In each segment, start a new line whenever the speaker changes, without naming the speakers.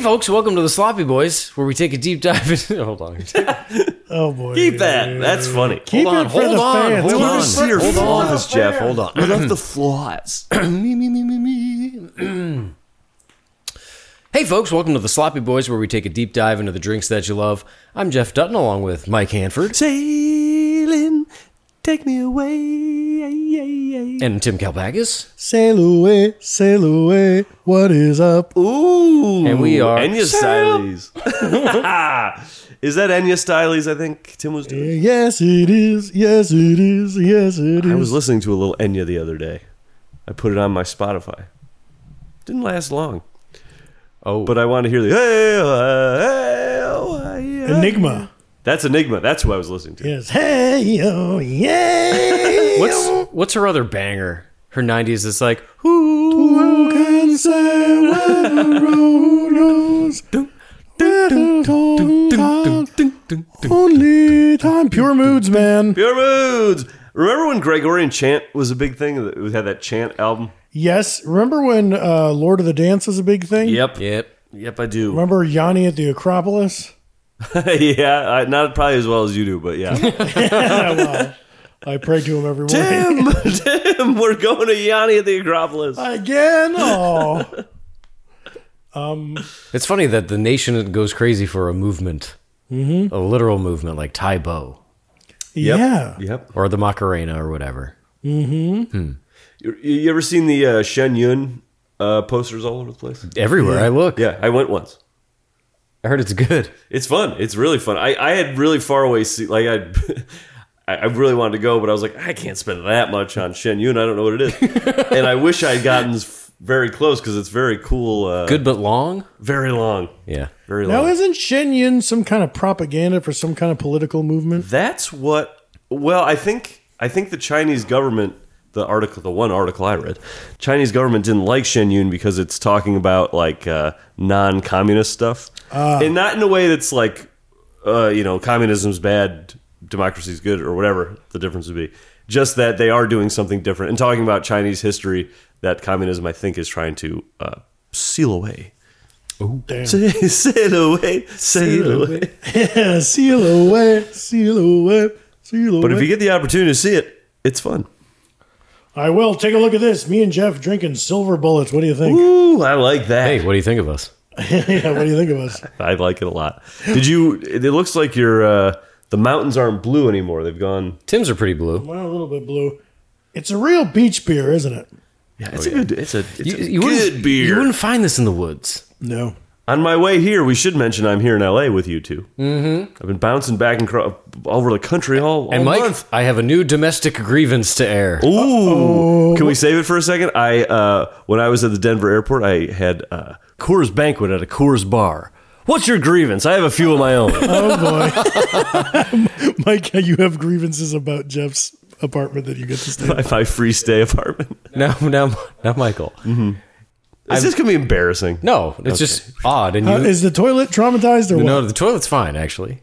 folks, welcome to the Sloppy Boys, where we take a deep dive into. Hold on.
Oh boy.
Keep that. That's funny.
Keep
Hold on,
it for
hold
the
on,
fans.
hold
Keep
on.
it
See
for-
your
Hold on.
flaws, Jeff. Hold on. What up the flaws?
me, me, me, me, me. hey, folks, welcome to the Sloppy Boys, where we take a deep dive into the drinks that you love. I'm Jeff Dutton, along with Mike Hanford
Sailing, take me away.
and Tim Kalpakis.
Sail away, sail away. What is up?
Ooh,
And we are-
Enya Styles. Is that Enya Styles? I think Tim was doing.
Yes, it is. Yes, it is. Yes, it
I
is.
was listening to a little Enya the other day. I put it on my Spotify. Didn't last long,
Oh,
but I wanted to hear the hey, uh, hey, oh, hey, uh.
Enigma.
That's Enigma. That's who I was listening to.
Yes. Hey, oh, yeah.
what's what's her other banger? Her '90s is like, who
Who can say where the road goes? Only time. Pure moods, man.
Pure moods. Remember when Gregorian chant was a big thing? That We had that chant album.
Yes. Remember when uh, Lord of the Dance was a big thing?
Yep.
Yep.
Yep, I do.
Remember Yanni at the Acropolis?
yeah, I, not probably as well as you do, but yeah.
Yeah, well, I pray to him every morning.
Tim, Tim, we're going to Yanni at the Acropolis.
Again? Oh.
It's funny that the nation goes crazy for a movement, mm-hmm. a literal movement like Tai Bo
Yeah.
Yep.
or the Macarena or whatever.
You, you ever seen the uh, Shen Yun uh, posters all over the place?
Everywhere I look,
Yeah, I went once.
I heard it's good.
It's fun. It's really fun. I, I had really far away seat. Like I'd, I, I really wanted to go, but I was like, I can't spend that much on Shen Yun. I don't know what it is, and I wish I'd gotten s- very close because it's very cool. Uh,
Good but long.
Very long.
Yeah.
Very long.
Now, isn't Shen Yun some kind of propaganda for some kind of political movement?
That's what. Well, I think I think the Chinese government, the article, the one article I read, Chinese government didn't like Shen Yun because it's talking about like uh, non-communist stuff, and not in a way that's like, uh, you know, communism's bad, democracy's good, or whatever the difference would be. Just that they are doing something different and talking about Chinese history that communism, I think, is trying to uh, seal away.
Damn.
sail away, sail away.
Yeah, seal away, seal away, seal away.
But if you get the opportunity to see it, it's fun.
I will. Take a look at this. Me and Jeff drinking silver bullets. What do you think?
Ooh, I like that.
Hey, what do you think of us?
yeah, what do you think of us?
I like it a lot. Did you? It looks like your uh, the mountains aren't blue anymore. They've gone.
Tim's are pretty blue.
Mine a little bit blue. It's a real beach beer, isn't it?
Oh, Yeah, it's a good. It's a, it's
You,
a
you
good
wouldn't,
beer.
You wouldn't find this in the woods.
No.
On my way here, we should mention I'm here in L.A. with you 2 Mm-hmm. I've been bouncing back and cro- all over the country all, all
And Mike,
month.
I have a new domestic grievance to air.
Ooh, can we save it for a second? I uh, when I was at the Denver airport, I had uh, Coors banquet at a Coors bar. What's your grievance? I have a few of my own.
Oh, boy. Mike, you have grievances about Jeff's apartment that you get to stay in.
my, my free stay apartment.
Now, now, now, Michael.
Is this gonna be embarrassing?
No, it's just odd. And you,
Uh, is the toilet traumatized or what?
no, the toilet's fine actually.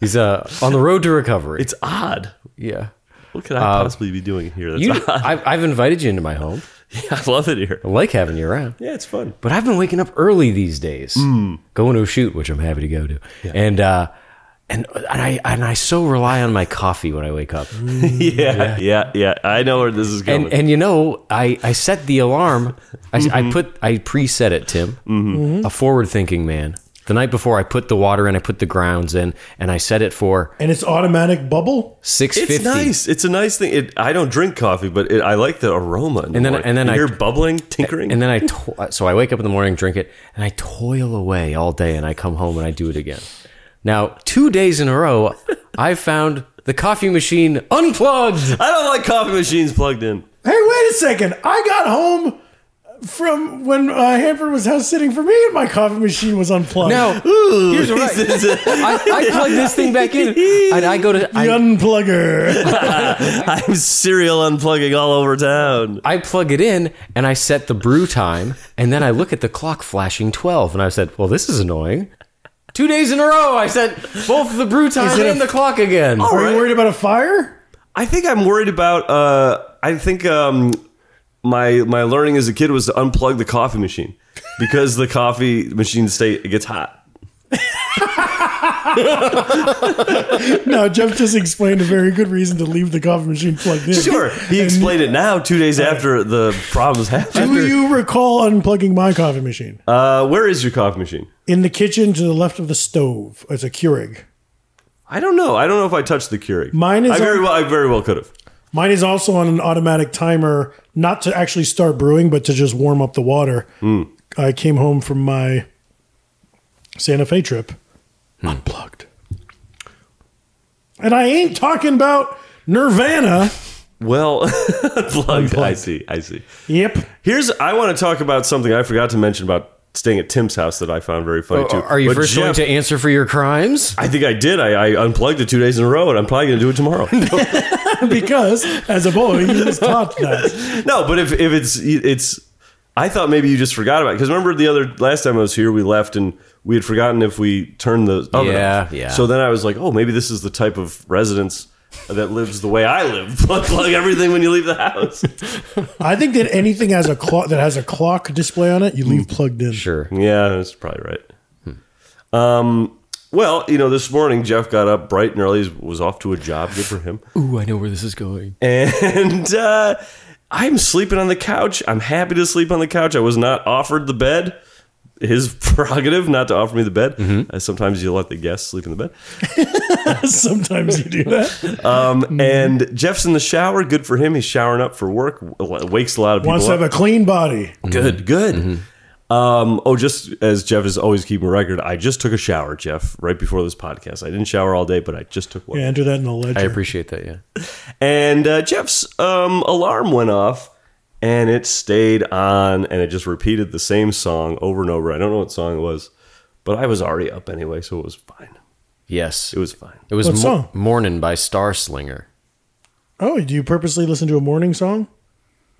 He's uh, on the road to recovery.
It's odd.
yeah.
What could I possibly be doing here? That's
You,
odd?
I've, I've invited you into my home.
I love it here.
I like having you around.
Yeah, it's fun.
But I've been waking up early these days,
Hmm.
going to a shoot, which I'm happy to go to, and uh, and and I and I so rely on my coffee when I wake up.
Yeah, yeah, yeah. I know where this is going.
and and you know I, I set the alarm I,
Mm-hmm.
I put i preset it tim Mm-hmm. a forward thinking man the night before i put the water in i put the grounds in and i set it for
And it's automatic bubble?
650
it's nice. It's a nice thing. It, I don't drink coffee, but it, I like the aroma. In the
And then-
morning.
and then
you
I-
hear bubbling, tinkering.
and then i to- so i wake up in the morning drink it and i toil away all day and i come home and i do it again now two days in a row i found the coffee machine unplugged
I don't like coffee machines plugged in.
Hey, wait a second. I got home from when uh, Hanford was house sitting for me and my coffee machine was unplugged.
now here's what I- I, I plug this thing back in and i go to
the
I,
unplugger.
I'm cereal unplugging all over town.
I plug it in and I set the brew time, and then I look at the clock flashing 12, and I said, Well, this is annoying. Two days in a row, I set both the brew time
it a- Oh.
and the clock again.
Are you worried about a fire?
I think I'm worried about. Uh, I think um, my my learning as a kid was to unplug the coffee machine because the coffee machine state it gets hot.
No, Jeff just explained a very good reason to leave the coffee machine plugged in.
Sure, he explained it now. Two days after the problems happened,
Do you recall unplugging my coffee machine?
uh, where is your coffee machine?
In the kitchen to the left of the stove. It's a Keurig.
I don't know. I don't know if I touched the Keurig.
Mine is
I very
on-
well. I very well could have.
Mine is also on an automatic timer, not to actually start brewing, but to just warm up the water. I came home from my Santa Fe trip unplugged. And I ain't talking about Nirvana.
Well, plugged. I see. I see.
Yep.
Here's I want to talk about something I forgot to mention about staying at Tim's house that I found very funny too.
Oh, Are you
But
first going
Jeff-
to answer for your crimes?
I think I did. I, I unplugged it two days in a row, and I'm probably going to do it tomorrow.
Because as a boy, he was taught that.
no, but if, if it's it's, I thought maybe you just forgot about it because remember the other last time I was here, we left and we had forgotten if we turned the oven
Yeah,
off.
yeah.
So then I was like, oh, maybe this is the type of residence that lives the way I live. Plug, plug everything when you leave the house.
I think that anything has a clock that has a clock display on it, you leave plugged in.
Sure.
Yeah, that's probably right.
Hmm.
Um, well, you know, this morning Jeff got up bright and early, was off to a job. Good for him.
Ooh, I know where this is going.
And uh, I'm sleeping on the couch. I'm happy to sleep on the couch. I was not offered the bed. His prerogative not to offer me the bed. Uh, sometimes you let the guests sleep in the bed.
Sometimes you do that.
Um,
Mm-hmm.
and Jeff's in the shower. Good for him. He's showering up for work. W- Wakes a lot of people
Wants to
up.
have a clean body.
Good, good. Um, oh, just as Jeff is always keeping record, I just took a shower, Jeff, right before this podcast. I didn't shower all day, but I just took one.
Yeah, enter that in the
I
ledger.
appreciate that. Yeah.
And uh, Jeff's um, alarm went off, and it stayed on, and it just repeated the same song over and over. I don't know what song it was, but I was already up anyway, so it was fine.
Yes.
It was fine.
It was
What
Mo-
song?
Mornin' by Star Slinger.
Oh, do you purposely listen to a morning song?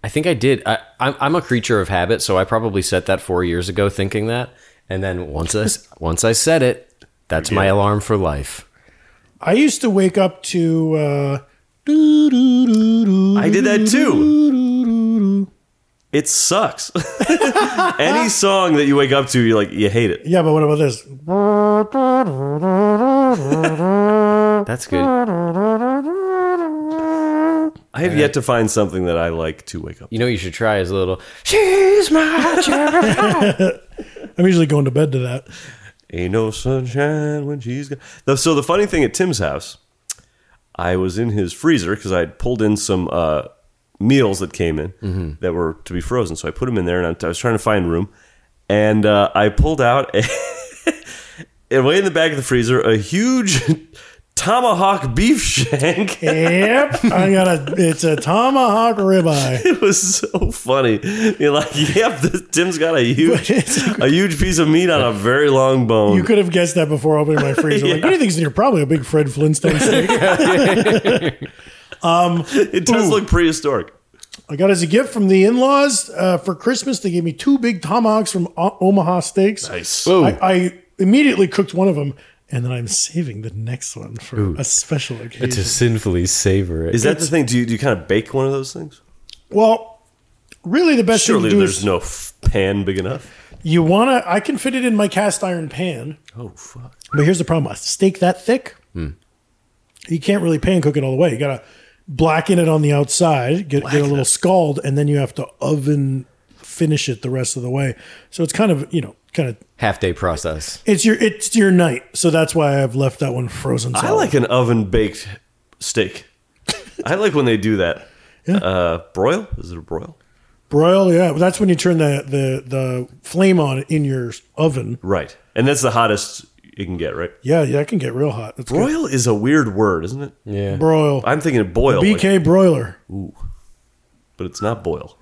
I think I did. I, I'm, I'm a creature of habit, so I probably set that four years ago, thinking that, and then once I s- once I said it, that's my alarm for life.
I used to wake up to. Uh, doo, doo, doo, doo,
I did that too.
doo, doo, doo, doo.
It sucks. Any song that you wake up to, you like you hate it.
Yeah, but what about this?
That's good.
I have yet to find something that I like to wake up.
You know, what you should try is a little. She's my cherry pie."
I'm usually going to bed to that.
Ain't no sunshine when she's gone. Though- So the funny thing at Tim's house, I was in his freezer because I had pulled in some uh, meals that came in that were to be frozen. So I put them in there, and I was trying to find room, and uh, I pulled out. And way in the back of the freezer, a huge tomahawk beef shank.
Yep, I got a. It's a tomahawk ribeye.
It was so funny. You're like, yep, this, Tim's got a huge, a huge piece of meat on a very long bone.
You could have guessed that before opening my freezer. Like anything's in here, probably a big Fred Flintstone steak.
it does look prehistoric.
I got as a gift from the in-laws uh, for Christmas. They gave me two big tomahawks from o- Omaha Steaks.
Nice.
Ooh.
I, I immediately cooked one of them, and then I'm saving the next one for a special occasion.
to sinfully savor it.
Is that the thing? Do you, do you kind of bake one of those things?
well, really, the best thing
Surely
to do
there's
is
no f- pan big enough.
you wanna. I can fit it in my cast iron pan,
Oh fuck!
but here's the problem: a steak that thick, you can't really pan cook it all the way. You gotta blacken it on the outside, get, get a little scald, and then you have to oven finish it the rest of the way. So it's kind of you know kind of
half day process?
It's your it's your night, so that's why I've left that one frozen.
I
solid.
like an oven baked steak. I like when they do that. Uh, broil? Is it a broil?
broil. Yeah, that's when you turn the the the flame on in your oven.
Right. And that's the hottest you can get, right?
Yeah, yeah, it can get real hot. That's good.
Broil is a weird word, isn't it?
Yeah.
Broil,
I'm thinking of boil, like-
BK broiler.
but it's not boil.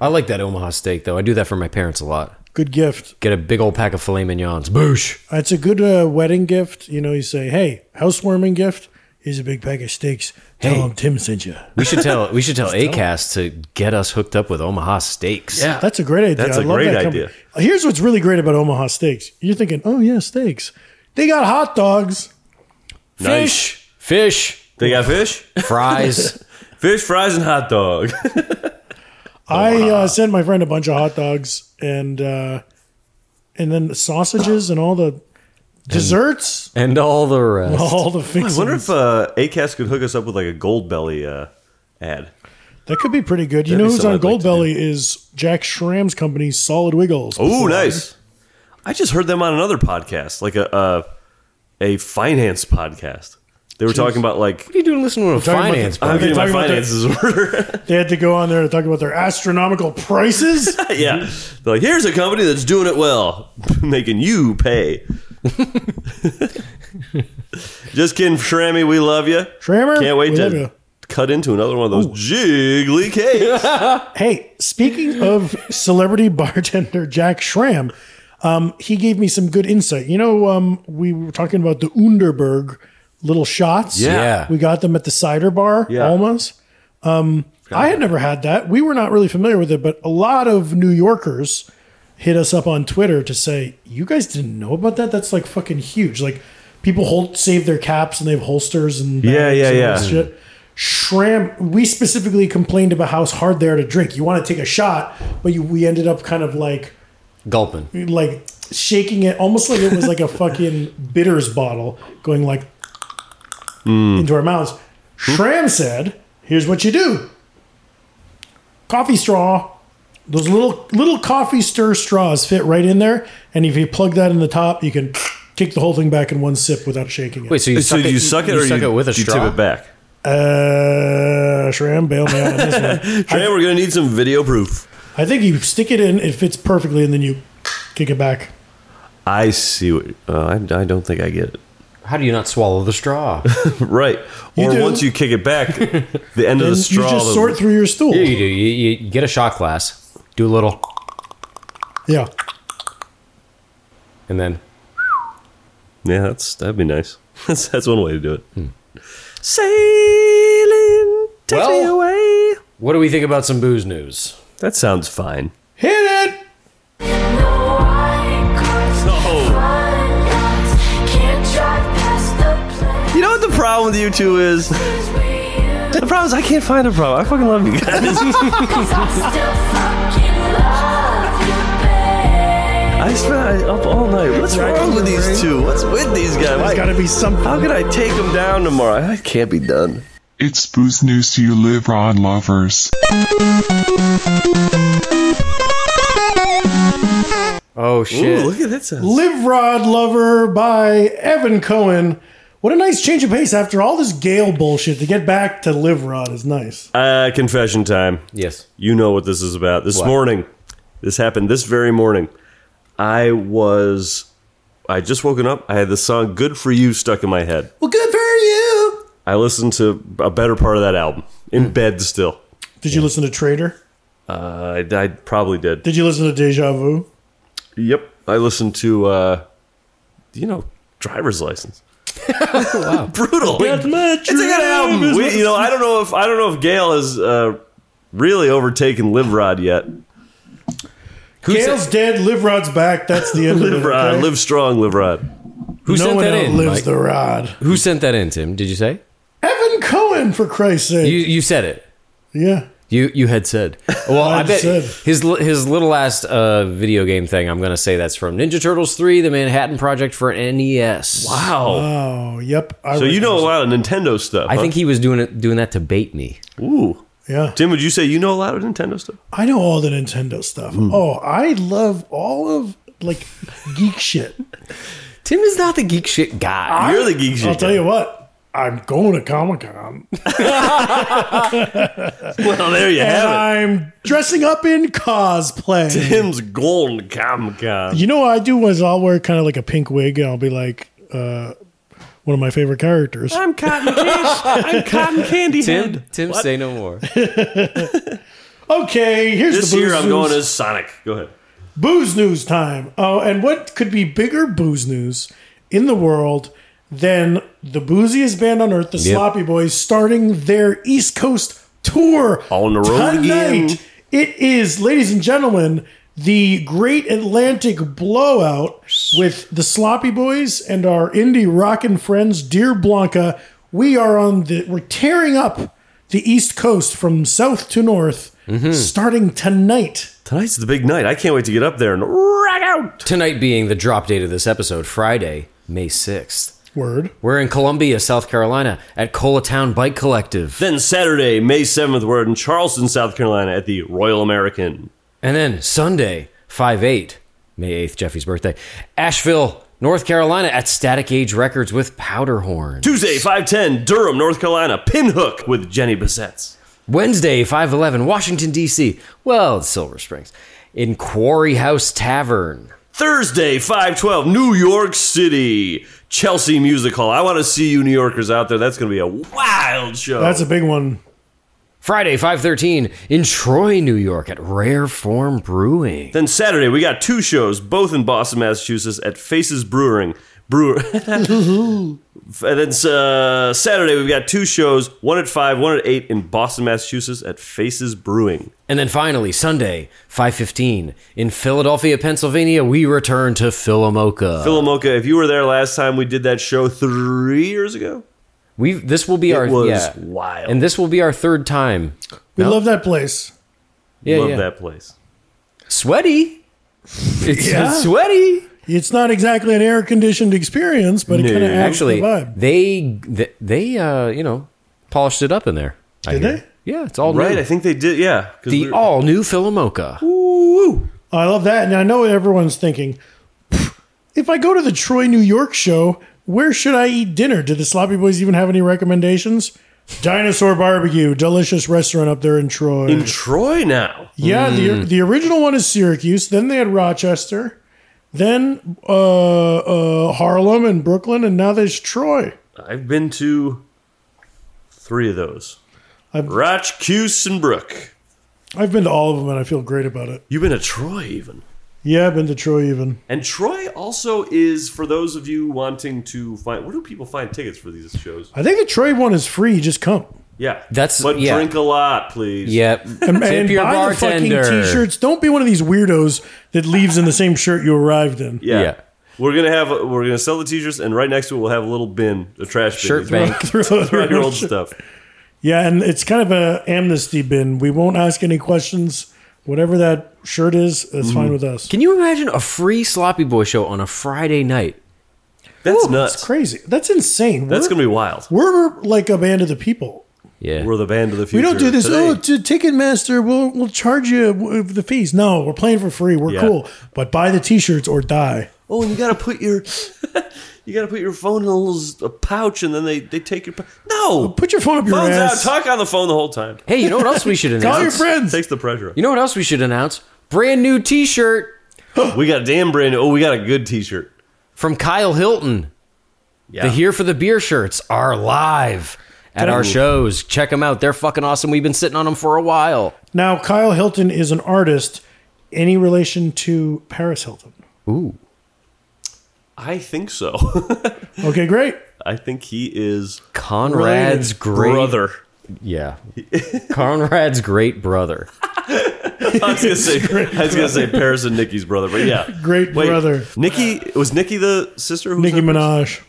I like that Omaha steak though. I do that for my parents a lot.
Good gift.
Get a big old pack of filet mignons. Boosh.
It's a good uh, wedding gift. You know, you say, "Hey, housewarming gift." Here's a big pack of steaks. Tell
Hey.
them Tim sent you.
We should tell we should tell Acast to get us hooked up with Omaha steaks.
Yeah.
That's a great idea.
That's
a
a great idea.
Here's what's really great about Omaha steaks. You're thinking, "Oh yeah, steaks." They got hot dogs.
Nice.
Fish, fish,
They got fish,
fries.
fish fries, and hot dog.
I uh, sent my friend a bunch of hot dogs and uh, and then sausages and all the desserts,
and all the rest.
all the
I
fixings.
wonder if uh, Acast could hook us up with like a Gold Belly uh, ad.
that could be pretty good. You
That'd
know
be
who's
something
on
I'd like to
Goldbelly is Jack Schramm's company, Solid Wiggles.
Oh, nice. I just heard them on another podcast, like a uh, a finance podcast. They were talking about like
What are you doing listening to a
talking about
finance
the-
I'm
podcast?
they
getting my
talking about the-
finances in order.
They had to go on there and talk about their astronomical prices.
yeah, they're like, here's a company that's doing it well, making you pay. just kidding, Shrammy. We love you.
Schrammer,
can't wait
we
to
love ya.
cut into another one of those jiggly cakes.
Hey, speaking of celebrity bartender Jack Schramm, um, he gave me some good insight. You know, um, we were talking about the Underberg little shots.
Yeah.
We got them at the cider bar,
Yeah.
Alma's. Um, I had never had that. We were not really familiar with it, but a lot of New Yorkers hit us up on Twitter to say, you guys didn't know about that? That's like fucking huge. Like people hold, save their caps and they have holsters and
Yeah,
bags
yeah,
and all
yeah.
this shit. Shram, we specifically complained about how it's hard there to drink. You want to take a shot, but you, we ended up kind of like
Gulping.
like shaking it, almost like it was like a fucking bitters bottle going like into our mouths. Shram said, "Here's what you do: coffee straw. Those little little coffee stir straws fit right in there, and if you plug that in the top, you can." Kick the whole thing back in one sip without shaking it.
Wait, so you
so
suck it?
you suck it,
you
or
suck
you,
it with a
you
straw?
tip it back?
Uh, Shram, bail me out on this one.
Shram, we're gonna need some video proof.
I think you stick it in, it fits perfectly, and then you kick it back.
I see what. Uh, I, I don't think I get it.
How do you not swallow the straw?
Right. or
do.
once you kick it back, the end of the
And you
straw.
just
the-
sort through your stool.
you do. You, you get a shot glass, do a little,
Yeah.
and then
yeah, that's that'd be nice. That's that's one way to do it. Sailing, take me
Well-
away.
what do we think about some booze news?
That sounds fine.
Hit it!
You know what the problem with you two is? The problem is I can't find a problem. I fucking love you guys. I spent up all night. What's wrong with these two? What's with these guys?
There's got to be something.
How could I take them down tomorrow? I can't be done.
It's booze news you live on lovers.
Oh shit!
Ooh, look at that sound.
Live Rod Lover by Evan Cohen. What a nice change of pace after all this Gale bullshit to get back to Live Rod is nice.
Uh, confession time.
yes.
You know what this is about. This
What?
morning, this happened this very morning. I was, I had just woken up. I had the song "Good for You" stuck in my head.
Well, good for you.
I listened to a better part of that album
Hmm.
in bed. Still,
Did you listen to Trader?
uh, I, I probably did.
Did you listen to Deja Vu?
Yep, I listened to, uh, you know, driver's license. Brutal.
It's
It's a good album. We, you know, I don't know if I don't know if Gail has uh, really overtaken Live Rod yet.
Gale's dead. Live Rod's back. That's the end of
Live
it.
Rod,
okay?
live strong, Live Rod.
Who
no
sent
one
that in?
outlives
Mike?
the Rod.
Who sent that in, Tim? Did you say?
Evan Cohen, for Christ's
You
sake.
you said it.
yeah.
You you had said. Well, I
had
bet
said.
his li- his little last uh, video game thing. I'm gonna say that's from Ninja Turtles three, the Manhattan Project for E NES.
Wow.
Oh, yep. I
So you know a
recognize
lot of Nintendo stuff.
I think he was doing it doing that to bait me.
Huh? Ooh.
it. Yeah.
Tim, would you say you know a lot of Nintendo stuff?
I know all the Nintendo stuff.
Hmm.
Oh, I love all of like geek shit.
Tim is not the geek shit guy.
You're the geek shit.
I'll tell you what. I'm going to Comic Con
Well, there you
and
have
I'm dressing up in
it.
cosplay.
Tim's golden Comic Con.
you know what I do is I'll wear kind of like a pink wig and I'll be like uh, one of my favorite characters.
I'm cotton candy. I'm cotton candy.
Tim, Tim, say no more.
Okay, here's
This
the booze
year I'm
news.
going as Sonic. Go ahead.
booze news time. Oh, and what could be bigger booze news in the world than the booziest band on earth, the Sloppy Boys, starting their East Coast tour
On the road again.
tonight. It is, ladies and gentlemen, the Great Atlantic Blowout with the Sloppy Boys and our indie rockin' friends, Dear Blanca. We are on the. We're tearing up the East Coast from south to north,
Mm-hmm.
starting tonight.
Tonight's the big night. I can't wait to get up there and rock out.
Tonight being the drop date of this episode, Friday, May 6th.
Word.
We're in Columbia, South Carolina at Colatown Bike Collective.
Then Saturday, May 7th, we're in Charleston, South Carolina at the Royal American.
And then Sunday, 5 8, May 8th, Jeffy's birthday, Asheville, North Carolina at Static Age Records with Powderhorn.
Tuesday, 510, Durham, North Carolina, Pinhook with Jenny Bissett.
Wednesday, 511, Washington, D.C. Well, it's Silver Springs. In Quarry House Tavern.
Thursday, 512, New York City, Chelsea Music Hall. I want to see you New Yorkers out there. That's going to be a wild show.
That's a big one.
Friday, 513, in Troy, New York at Rare Form Brewing.
Then Saturday, we got two shows, both in Boston, Massachusetts, at Faces Brewing. Brewer. and then uh, Saturday, we've got two shows, one at 5, one at 8 in Boston, Massachusetts, at Faces Brewing.
And then finally, Sunday, 515, in Philadelphia, Pennsylvania, we return to Philomoka.
Philomoka, if you were there last time we did that show three years ago,
we this will be our
was
yeah.
wild.
And this will be our third time.
We love that place.
Yeah,
love
yeah.
that place.
Sweaty. It's
Yeah.
it's sweaty.
It's not exactly an air conditioned experience, but it
No.
kind of
Actually,
the vibe.
they th- they uh, you know, polished it up in there. I
Did
hear.
they?
Yeah, it's all
Right,
new.
I think they did, yeah. 'cause we
the
were-
all new Philomoka.
Oh, I love that. And I know everyone's thinking, if I go to the Troy, New York show, where should I eat dinner? Did the Sloppy Boys even have any recommendations? Dinosaur Barbecue, delicious restaurant up there in Troy.
in Troy now.
yeah, the, the original one is Syracuse. Then they had Rochester, then uh, uh, Harlem and Brooklyn, and now there's Troy.
I've been to three of those.
I've-
Roch, Cuse, and Brook.
I've been to all of them and I feel great about it.
You've been to Troy even.
Yeah, I've been to Troy even.
And Troy also is for those of you wanting to find where do people find tickets for these shows?
I think the Troy one is free. Just come.
Yeah.
That's-
but
yeah.
drink a lot, please.
Yep.
And,
Tip
and
your
buy the fucking
bartender.
t-shirts. Don't be one of these weirdos that leaves in the same shirt you arrived in.
Yeah.
Yeah.
We're gonna have we're gonna sell the t-shirts, and right next to it we'll have a little bin, a trash
Shirt
bin.
bank.
Throw your old stuff.
Yeah, and it's kind of a amnesty bin. We won't ask any questions. Whatever that shirt is, that's
Mm.
fine with us.
Can you imagine a free sloppy boy show on a Friday night?
That's
Ooh,
nuts.
That's crazy. That's insane.
That's
we're,
gonna be wild.
we're like a band of the people.
Yeah.
We're the band of the
We
future.
don't do this.
today.
Oh, to Ticketmaster, we'll we'll charge you w- the fees. No, we're playing for free. We're
Yeah.
cool. But buy the t-shirts or die.
oh, and you gotta put your you gotta put your phone in a little s- a pouch, and then they they take your. pou- No,
Put your phone up your
Oh, phones out.
ass.
Talk on the phone the whole time.
hey, you know what else we should announce?
Call your friends.
Takes the pressure. off.
You know what else we should announce? Brand new T-shirt
We got a damn brand. new- Oh, we got a good T-shirt.
from Kyle Hilton.
Yeah.
The Here for the Beer shirts are live at our shows. Check them out; they're fucking awesome. We've been sitting on them for a while.
Now, Kyle Hilton is an artist. Any relation to Paris Hilton?
Ooh,
I think so.
Okay, great.
I think he is
Conrad's great
brother.
Yeah, Conrad's great brother.
I was gonna say I was gonna say Paris and Nikki's brother, but yeah,
Great
Wait,
brother.
Nikki was Nikki the sister. Who was
Nicki
her-
Minaj.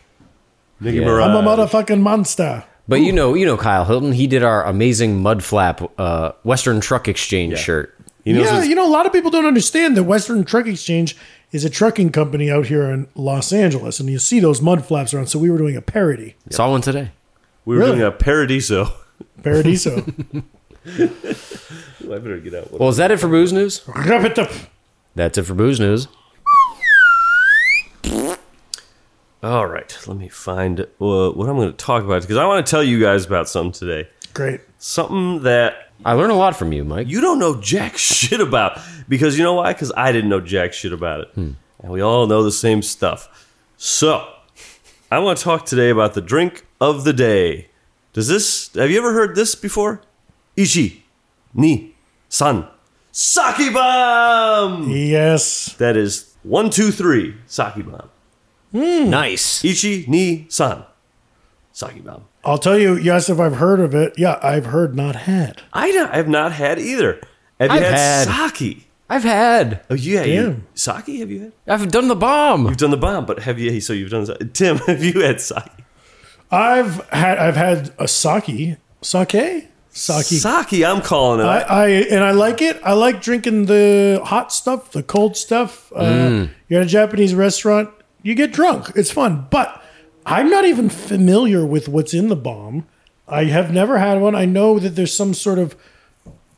Nicki
Yeah.
Minaj.
I'm a motherfucking monster.
But you know, you know Kyle Hilton. He did our amazing mud flap uh, Western Truck Exchange shirt.
He knows
yeah,
his-
you know, a lot of people don't understand that Western Truck Exchange is a trucking company out here in Los Angeles, and you see those mud flaps around. So we were doing a parody,
Saw one today.
we were
Really?
doing a paradiso.
paradiso.
Ooh, I better get out.
Well, is that it for booze news?
Wrap it up.
That's it for booze news.
All right, let me find uh, what I'm going to talk about because I want to tell you guys about something today.
Great.
Something that
I learn a lot from you, Mike.
you don't know jack shit about because you know why? Because I didn't know jack shit about it,
Hmm.
and we all know the same stuff. So I want to talk today about the drink of the day. Does this have you ever heard this before? Ichi ni san sake bomb.
Yes.
That is one two three sake bomb.
nice.
Ichi ni san sake bomb.
I'll tell you, yes, if I've heard of it. Yeah, I've heard, not had.
I, don't- I have not had either. Have you
I've
had,
had.
sake?
I've had.
Oh, yeah. You,
Damn.
sake? Have you had?
I've done the bomb.
You've done the bomb, but have you? So you've done. sa- Tim, have you had sake?
I've had I've had a sake. Sake? sake.
Sake, I'm calling it.
I, I and I like it. I like drinking the hot stuff, the cold stuff. Uh, You're at a Japanese restaurant, you get drunk. It's fun, but I'm not even familiar with what's in the bomb. I have never had one. I know that there's some sort of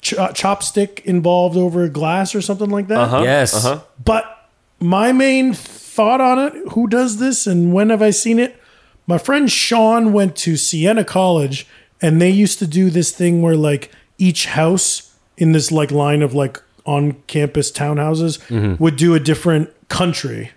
ch- uh, chopstick involved over a glass or something like that.
Huh?
Yes.
Uh-huh.
But my main thought on it, who does this and when have I seen it? My friend Sean went to Siena College and they used to do this thing where like each house in this like line of like on campus townhouses
Mm-hmm.
would do a different country.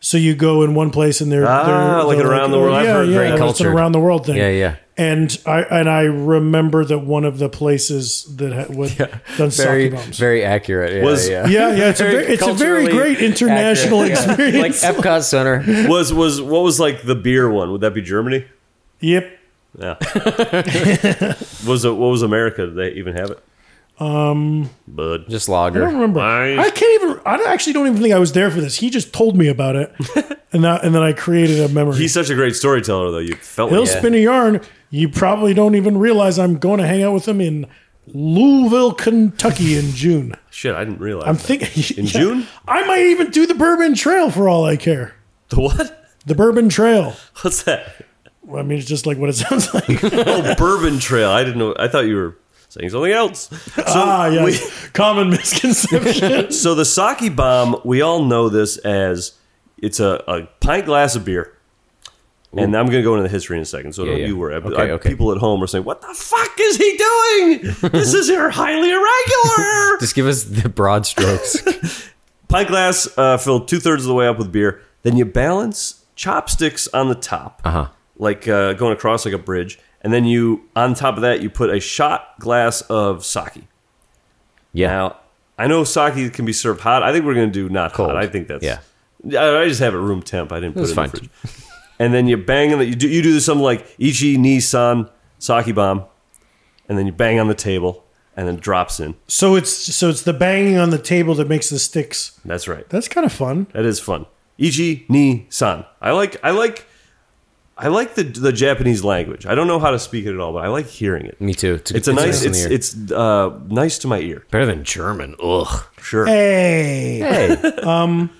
So you go in one place and they're,
Ah,
they're-
like
they're
around the
oh,
world. I've
Yeah,
heard
yeah,
very
it's an
cultured.
around the world thing.
Yeah, yeah.
And I and I remember that one of the places that ha- would done
Very,
sake bombs.
very accurate. Yeah,
Was-
yeah.
Yeah, yeah, it's a
Very
very, it's a very
culturally
great international
accurate, yeah. Like
experience.
Epcot Center.
was was what was like the beer one? Would that be Germany?
yep.
Yeah. was it what was America? Did they even have it? Um Bud.
Just
I don't
lager.
remember.
Nice.
I can't even. I don't- actually don't even think I was there for this. He just told me about it, and that, and then I created a memory.
He's such a great storyteller though. You felt
He'll
like it.
spin a yarn. You probably don't even realize I'm going to hang out with him in Louisville, Kentucky, in June.
shit, I didn't realize.
I'm
that.
thinking
In June?
I might even do the Bourbon Trail for all I care.
the what?
The Bourbon Trail.
What's that?
Well, I mean, it's just like what it sounds like.
Oh, Bourbon Trail. I didn't know I thought you were saying something else. So
ah, yes.
we-
Common misconception.
so the sake bomb, we all know this as it's a, a pint glass of beer. And I'm going to go into the history in a second. So
Yeah,
don't
yeah.
you worry.
Okay,
I-
okay.
People at home are saying, "What the fuck is he doing? this is highly irregular."
Just give us the broad strokes.
pint glass uh, filled two thirds of the way up with beer. Then you balance chopsticks on the top, uh-huh. like uh, going across like a bridge. And then you, on top of that, you put a shot glass of sake.
Yeah.
Now, I know sake can be served hot. I think we're going to do not
Cold.
hot. I think that's
Yeah.
I, I just have it room temp. I didn't put
That's
it in
fine.
the fridge. and then you bang on the you do you do something like Ichi ni san sake bomb, and then you bang on the table, and then drops in.
so it's so it's the banging on the table that makes the sticks.
That's right.
That's kind of fun.
That is fun. Ichi ni san. I like I like I like the the Japanese language. I don't know how to speak it at all, but I like hearing it.
Me too.
It's a nice it's it's uh, nice to my ear.
better than German. Ugh.
Sure.
Hey, Um,
Hey.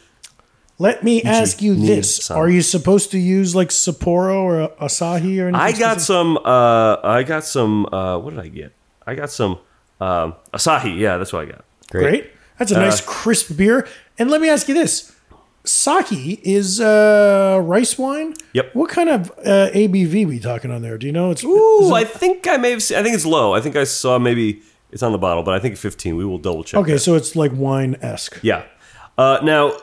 let me ask you
need
this:
some.
Are you supposed to use like Sapporo or Asahi or anything?
I got some uh, I got some uh, what did I get? I got some um, Asahi. Yeah, that's what I got.
great. That's
Uh,
a nice crisp beer. And let me ask you this: Sake is uh, rice wine.
Yep.
What kind of uh, ABV we talking on there? Do you know? It's is
Ooh,
it-
I think I may have seen, I think it's low. I think I saw maybe it's on the bottle, but I think 15. We will double check.
okay.
that.
So it's like wine esque.
Yeah. Uh, now,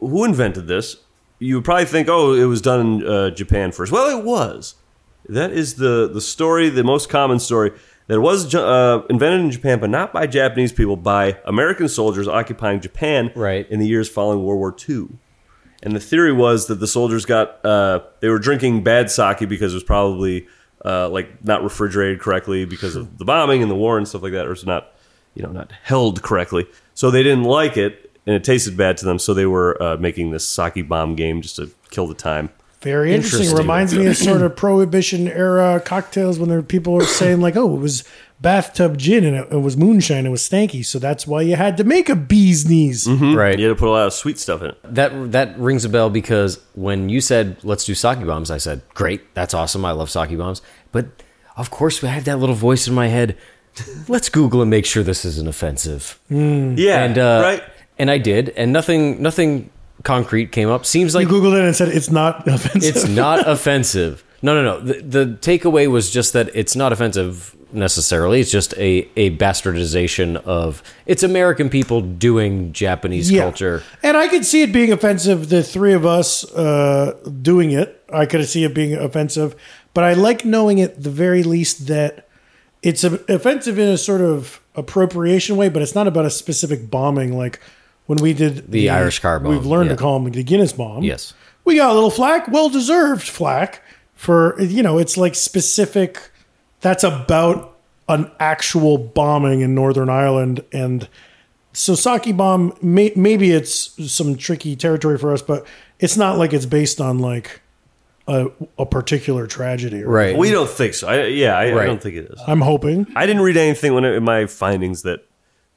who invented this? You would probably think, oh, it was done in uh, Japan first. Well, it was. That is the, the story, the most common story, that it was uh, invented in Japan, but not by Japanese people, by American soldiers occupying Japan
Right.
in the years following World War II. And the theory was that the soldiers got, uh, they were drinking bad sake because it was probably uh, like not refrigerated correctly because of the bombing and the war and stuff like that, or it's not, you know, not held correctly. So they didn't like it and it tasted bad to them. So they were uh, making this sake bomb game just to kill the time.
Very interesting.
Interesting.
Reminds me of sort of prohibition era cocktails when there people were saying like, "Oh, it was bathtub gin and it, it was moonshine. It was stanky, so that's why you had to make a bee's knees."
Hmm. right.
You had to put a lot of sweet stuff in it.
That that rings a bell because when you said let's do sake bombs, I said great, that's awesome. I love sake bombs, but of course I have that little voice in my head. Let's Google and make sure this isn't offensive.
Yeah.
And uh,
right?
and I did, and nothing nothing concrete came up. Seems like
You googled it and said it's not offensive.
it's not offensive. No, no, no. The, the takeaway was just that it's not offensive necessarily. It's just a, a bastardization of it's American people doing Japanese culture.
And I could see it being offensive, the three of us uh, doing it. I could see it being offensive, but I like knowing at the very least that it's a, offensive in a sort of appropriation way, but it's not about a specific bombing like when we did the,
Irish car bomb,
We've learned
yeah.
to call them the Guinness bomb.
Yes.
We got a little flack, well deserved flack for, you know, it's like specific. That's about an actual bombing in Northern Ireland and so Saki Bomb, may, maybe it's some tricky territory for us, but it's not like it's based on like a, a particular tragedy. Or,
Right.
We don't think so. I, yeah, I, I
Right.
don't think it is.
I'm hoping.
I didn't read anything when it, in my findings that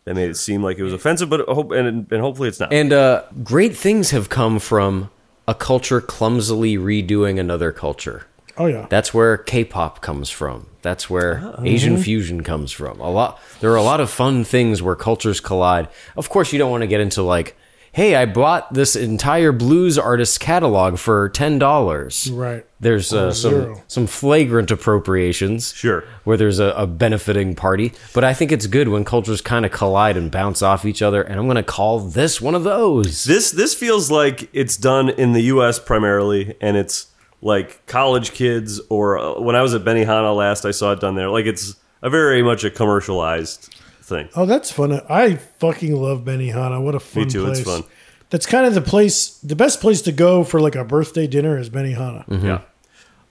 that made it seem like it was offensive, but hope and, and hopefully it's not.
and uh, great things have come from a culture clumsily redoing another culture.
Oh yeah.
That's where K-pop comes from. That's where
Oh,
Asian fusion comes from. A lot there are a lot of fun things where cultures collide. Of course, you don't want to get into like, hey, I bought this entire blues artist catalog for ten dollars.
right. Oh,
There's uh, some
zero.
some flagrant appropriations,
Sure.
where there's a, a benefiting party. But I think it's good when cultures kind of collide and bounce off each other. And I'm going to call this one of those.
This this feels like it's done in the U.S. primarily, and it's like college kids or uh, when I was at Benihana last, I saw it done there. Like it's a very much a commercialized thing.
Oh, that's fun. I fucking love Benihana. What a fun
too,
place.
it's fun.
That's kind of the place, the best place to go for like a birthday dinner is Benihana.
Yeah.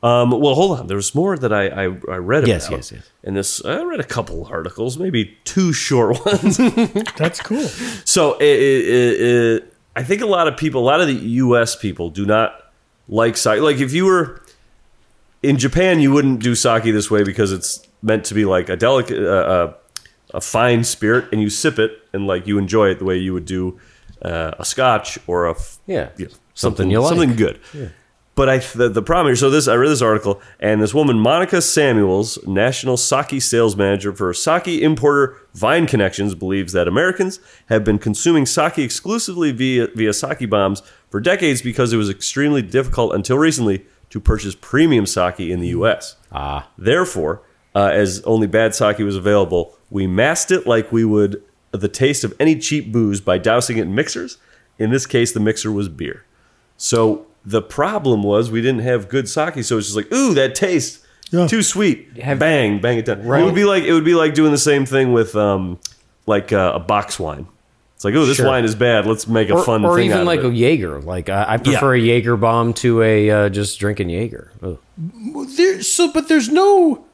Um, well, hold on. There's more that I I, I read
Yes,
about.
yes, yes.
And this I read a couple articles, maybe two short ones.
That's cool.
So it, it, it, it, I think a lot of people, a lot of the U.S. people, do not like sake. Like if you were in Japan, you wouldn't do sake this way because it's meant to be like a delicate, uh, a, a fine spirit, and you sip it and like you enjoy it the way you would do uh, a scotch or a f-
Yeah,
you know,
something you like.
something good. But I the, the problem here. So this I read this article and this woman Monica Samuels, national sake sales manager for sake importer Vine Connections, believes that Americans have been consuming sake exclusively via via sake bombs for decades because it was extremely difficult until recently to purchase premium sake in the U.S. Ah, therefore, uh, as only bad sake was available, we masked it like we would the taste of any cheap booze by dousing it in mixers. In this case, the mixer was beer. So the problem was we didn't have good sake, so it's just like, ooh, that tastes
Yeah.
too sweet.
Have-
bang, bang it down. It
Right.
would be like it would be like doing the same thing with um, like uh, a box wine. It's like, oh, this
Sure.
wine is bad. Let's make a
Or,
fun
or
thing
even
out
like
of
a
it.
Jaeger. Like I, I prefer a Jaeger bomb to a uh, just drinking Jaeger. Ugh.
There, so, but there's no,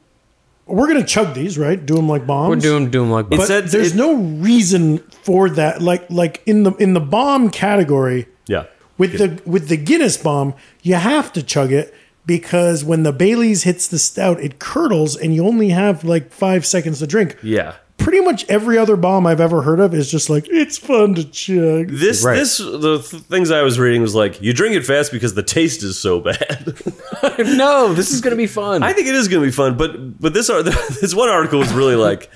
we're going to chug these, right? Do them like bombs.
We're doing doing like
but
bombs.
said
there's
it-
no reason for that. Like, like in the, in the bomb category,
yeah.
With the with the Guinness bomb, you have to chug it because when the Bailey's hits the stout, it curdles and you only have like five seconds to drink.
Yeah.
Pretty much every other bomb I've ever heard of is just like it's fun to chug.
This
Right.
this the th- things I was reading was like you drink it fast because the taste is so bad.
no, this is gonna be fun.
I think it is going to be fun, but but this ar- this one article was really like,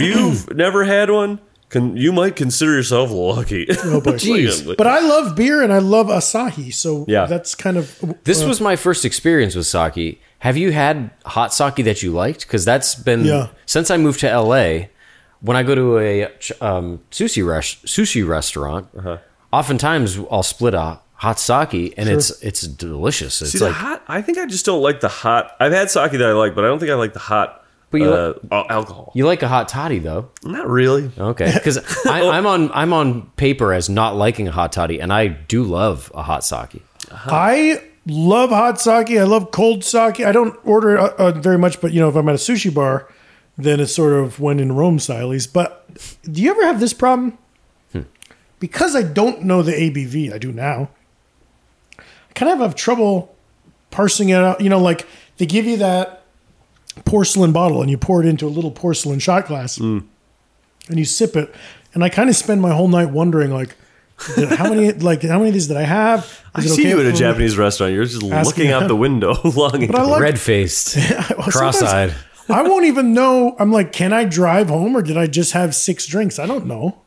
you've never had one, can, you might consider yourself lucky. Oh,
boy.
Jeez.
But I love beer and I love Asahi, so
Yeah.
that's kind of
this was my first experience with sake. Have you had hot sake that you liked? Because that's been
Yeah.
since I moved to LA. When I go to a ch- um, sushi res- sushi restaurant, oftentimes I'll split a hot sake, and it's it's delicious. It's
See, the
like
hot. I think I just don't like the hot. I've had sake that I like, but I don't think I like the hot.
But you
uh, al- alcohol.
you like a hot toddy though.
Not really.
Okay, because I'm on I'm on paper as not liking a hot toddy, and I do love a hot sake.
I love hot sake. I love cold sake. I don't order it uh, uh, very much, but you know, if I'm at a sushi bar, then it's sort of when in Rome, Siles. But do you ever have this problem?
Hmm.
Because I don't know the ABV, I do now. I kind of have trouble parsing it out. You know, like they give you that porcelain bottle and you pour it into a little porcelain shot glass
Hmm.
and you sip it. And I kind of spend my whole night wondering, like, how many, like, how many of these did I have? Is
I
it
see
okay
you at a
for me-
Japanese restaurant. You're just
Asking-
looking out the window, longing.
I like-
Red faced,
Well, sometimes
cross-eyed.
I won't even know. I'm like, can I drive home or did I just have six drinks? I don't know.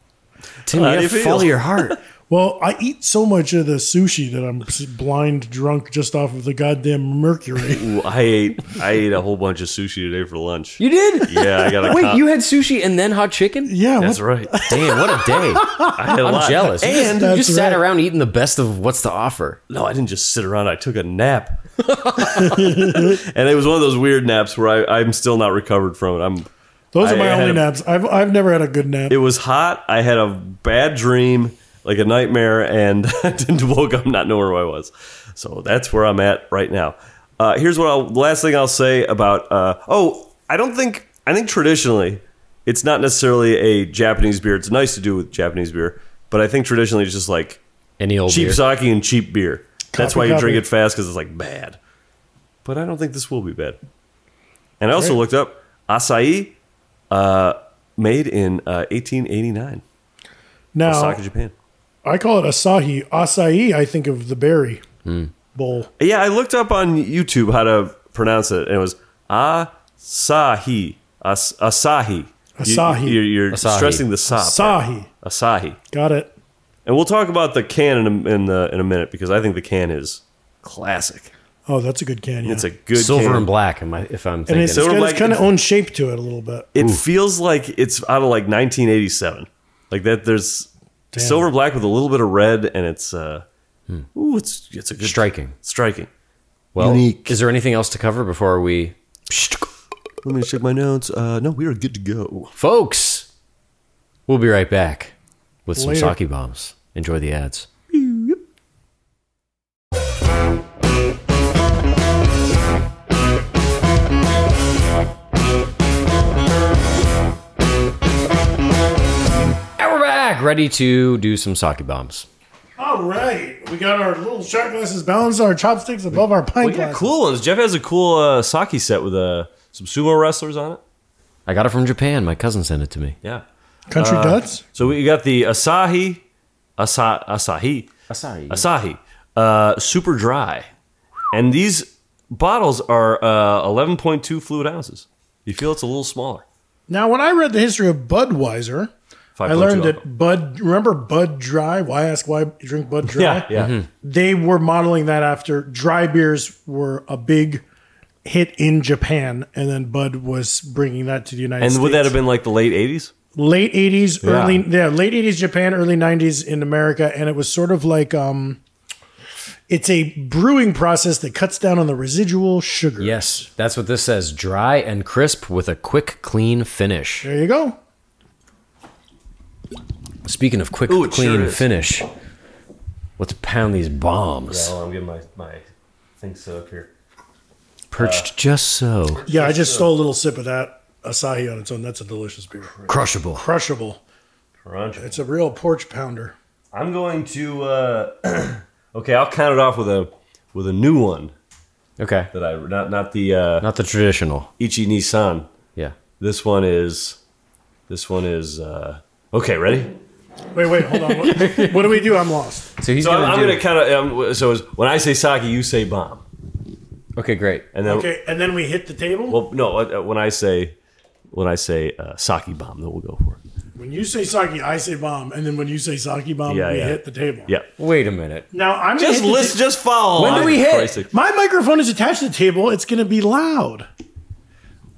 Tim,
How
you
do you
have to follow
feel?
your heart.
Well, I eat so much of the sushi that I'm s- blind drunk just off of the goddamn mercury.
Ooh, I ate. I ate a whole bunch of sushi today for lunch.
You did?
yeah, I got a.
Wait,
cop-
you had sushi and then hot chicken?
Yeah,
That's
what-
right.
Damn, what a day.
I had a
I'm
lot.
jealous. You just-
And
you just
That's
sat
right.
around eating the best of what's to offer.
No, I didn't just sit around. I took a nap. and it was one of those weird naps where I, I'm still not recovered from it. I'm.
those are
I
my
had
only
a-
naps. I've I've never had a good nap.
It was hot. I had a bad dream, like a nightmare, and I didn't woke up not knowing where I was. So that's where I'm at right now. Uh, here's what I'll last thing I'll say about. Uh, oh, I don't think I think traditionally it's not necessarily a Japanese beer. It's nice to do with Japanese beer, but I think traditionally it's just like
Any old
cheap
beer.
sake and cheap beer. That's
Copy,
why you drink
copy.
it fast because it's like bad. But I don't think this will be bad. And I also
Great.
looked up acai, uh, made in uh, 1889, Osaka,
Now,
Japan.
I call it Asahi. Acai, I think of the berry
Hmm.
bowl.
Yeah, I looked up on YouTube how to pronounce it, and it was Asahi. As- Asahi.
Asahi.
You, are you're
Asahi.
stressing the sa. part.
Asahi.
Asahi.
Got it.
And we'll talk about the can in a, in, the, in a minute because I think the can is classic.
Oh, that's a good can. Yeah.
It's a good
silver
can.
and black. Am I, if I'm
and
thinking,
it's,
Silver
got
Black-
its kind of own shape to it a little bit.
It feels like it's out of like 1987. Like that, there's silver black with a little bit of red, and it's uh, ooh, it's it's a good
striking.
Striking.
Well,
Unique.
is there anything else to cover before we,
Let me check my notes. Uh, no, we are good to go.
folks? We'll be right back with some
Later.
sake bombs. Enjoy the ads. And we're back, ready to do some sake bombs.
All right. We got our little shot glasses balanced on our chopsticks above our pint
We got cool ones. Jeff has a cool uh, sake set with uh, some sumo wrestlers on it.
I got it from Japan. My cousin sent it to me.
Yeah. Uh,
Country Duds?
So we got the Asahi, Asa, Asahi,
Asahi.
Asahi, uh, super dry, and these bottles are uh, 11.2 fluid ounces. You feel it's a little smaller.
Now, when I read the history of Budweiser, I
5.2
learned
alcohol.
that Bud, remember Bud Dry? Why ask why you drink Bud Dry?
Yeah, yeah.
They were modeling that after dry beers were a big hit in Japan, and then Bud was bringing that to the United
And
States.
would that have been like the late 80s?
late 80s
Yeah.
early yeah late 80s japan early 90s in america and it was sort of like um it's a brewing process that cuts down on the residual sugar
Yes, that's what this says. Dry and crisp with a quick, clean finish.
there you go
Speaking of quick,
Ooh, it
clean
sure is.
finish, let's pound these bombs.
on, I'm getting my, my thing set up here.
Perched just so.
yeah i just stole a little sip of that asahi on its own that's a delicious beer
Crushable.
crushable it's a real porch pounder
I'm going to. Uh, okay, I'll count it off with a with a new one
Okay.
that I not not the uh,
Not the traditional.
Ichi Nissan.
Yeah.
This one is. This one is. Uh, okay, ready?
wait wait hold on what, what do we do i'm lost
So he's
So
gonna
I'm, I'm
do.
going to kind of. Um, so it's- when I say sake, you say bomb,
okay, great.
and then
okay and then we hit the table
well, no, uh, uh, when I say when I say uh, sake bomb, then we'll go for it.
when you say sake i say bomb and then when you say sake bomb
Yeah,
we
yeah.
hit the table
Yeah,
Wait a minute.
now i'm gonna
just
hit the
list,
ta-
just follow.
When do
along,
we
for
hit?
Christ's sake.
my microphone is attached to the table it's gonna be loud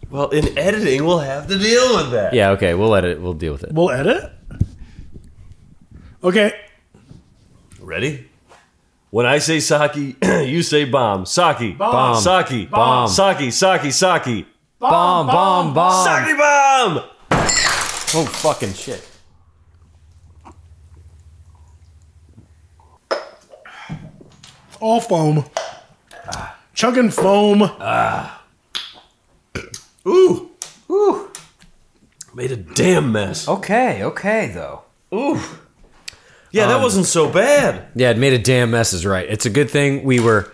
Well, in editing, we'll have to deal with that.
Yeah. Okay. We'll let it. We'll deal with it.
We'll edit. Okay.
Ready? When I say Saki, you say bomb. Saki,
Bomb.
Saki,
Bomb.
Saki, Saki, Saki,
Bomb. Bomb. Bomb.
Saki bomb.
Oh fucking shit.
All foam. Chugging foam.
Ooh, ooh. Made a damn
Oh,
mess.
Okay. Okay. Though.
Ooh. Yeah,
um,
that wasn't so bad.
Yeah. It made a damn mess. Is right. It's a good thing we were.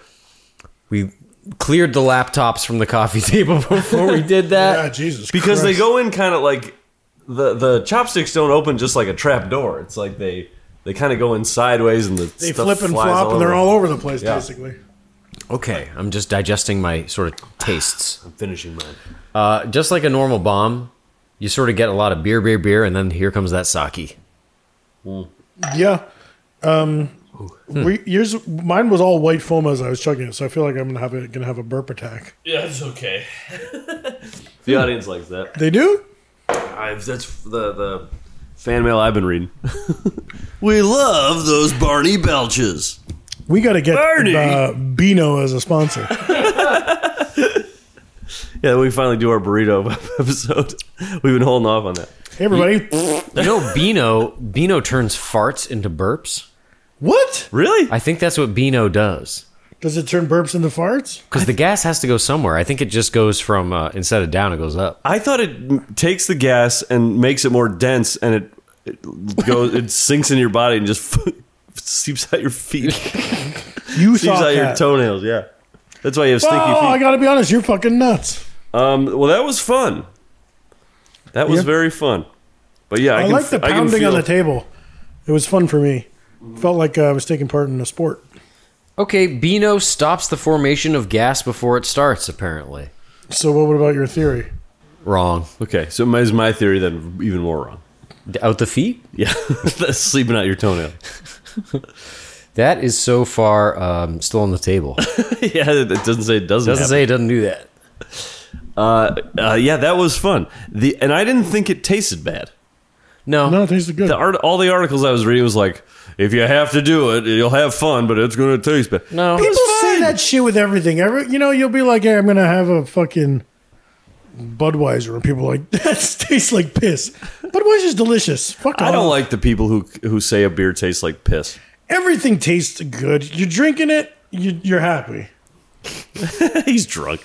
We cleared the laptops from the coffee table before Oh, we did that.
Ah, Jesus.
Because they
Christ.
go in kind of like the the chopsticks don't open just like a trap door. It's like they they kind of go in sideways and the
They flip and flop and they're all over the place,
Yeah.
basically.
Okay. I'm just digesting my sort of tastes.
I'm finishing mine.
Uh, just like a normal bomb, you sort of get a lot of beer, beer, beer, and then here comes that sake.
Yeah. Um, we, yours, mine was all white foam as I was chugging it, so I feel like I'm gonna have a, gonna have a burp attack.
Yeah, it's okay. the audience likes that.
They do.
I've, that's the the fan mail I've been reading. we love those Barney belches.
We got to get
Bernie!
uh, Beano as a sponsor.
Yeah, we finally do our burrito episode. We've been holding off on that.
Hey, everybody.
You know, Beano Beano turns farts into burps.
what
Really?
I think that's what Beano does
does it turn burps into farts?
because the gas has to go somewhere. I think it just goes from uh, instead of down, it goes up.
I thought it m- takes the gas and makes it more dense, and it it goes it sinks in your body and just seeps out your feet.
You
Seems
thought
out your
that.
toenails. Yeah, that's why you have stinky
oh, I
feet.
gotta be honest, you're fucking nuts.
um, well, that was fun. That was
Yeah.
very fun. But yeah, I,
I,
can
like the
f- I can
pounding on
feel-
the table. It was fun for me. Felt like uh, I was taking part in a sport.
Okay, Beano stops the formation of gas before it starts, apparently.
So, what about your theory?
Wrong.
Okay, so my- is my theory then even more wrong?
Out the feet?
Yeah, that's sleeping out your toenail.
That is so far um, still on the table.
yeah, it doesn't say it doesn't.
Doesn't
happen.
say it doesn't do that.
Uh, uh, yeah, that was fun. The and I didn't think it tasted bad.
No.
No, it tasted good.
The art, all the articles I was reading was like, if you have to do it, you'll have fun, but it's going to taste bad.
No.
It was
People say
fun.
that shit with everything. Every, you know, you'll be like, "Hey, I'm gonna have a fucking Budweiser," and people are like, "That tastes like piss." Budweiser's delicious. Fuck
I don't
off.
like the people who who say a beer tastes like piss.
everything tastes good. You're drinking it, you, you're happy.
He's drunk.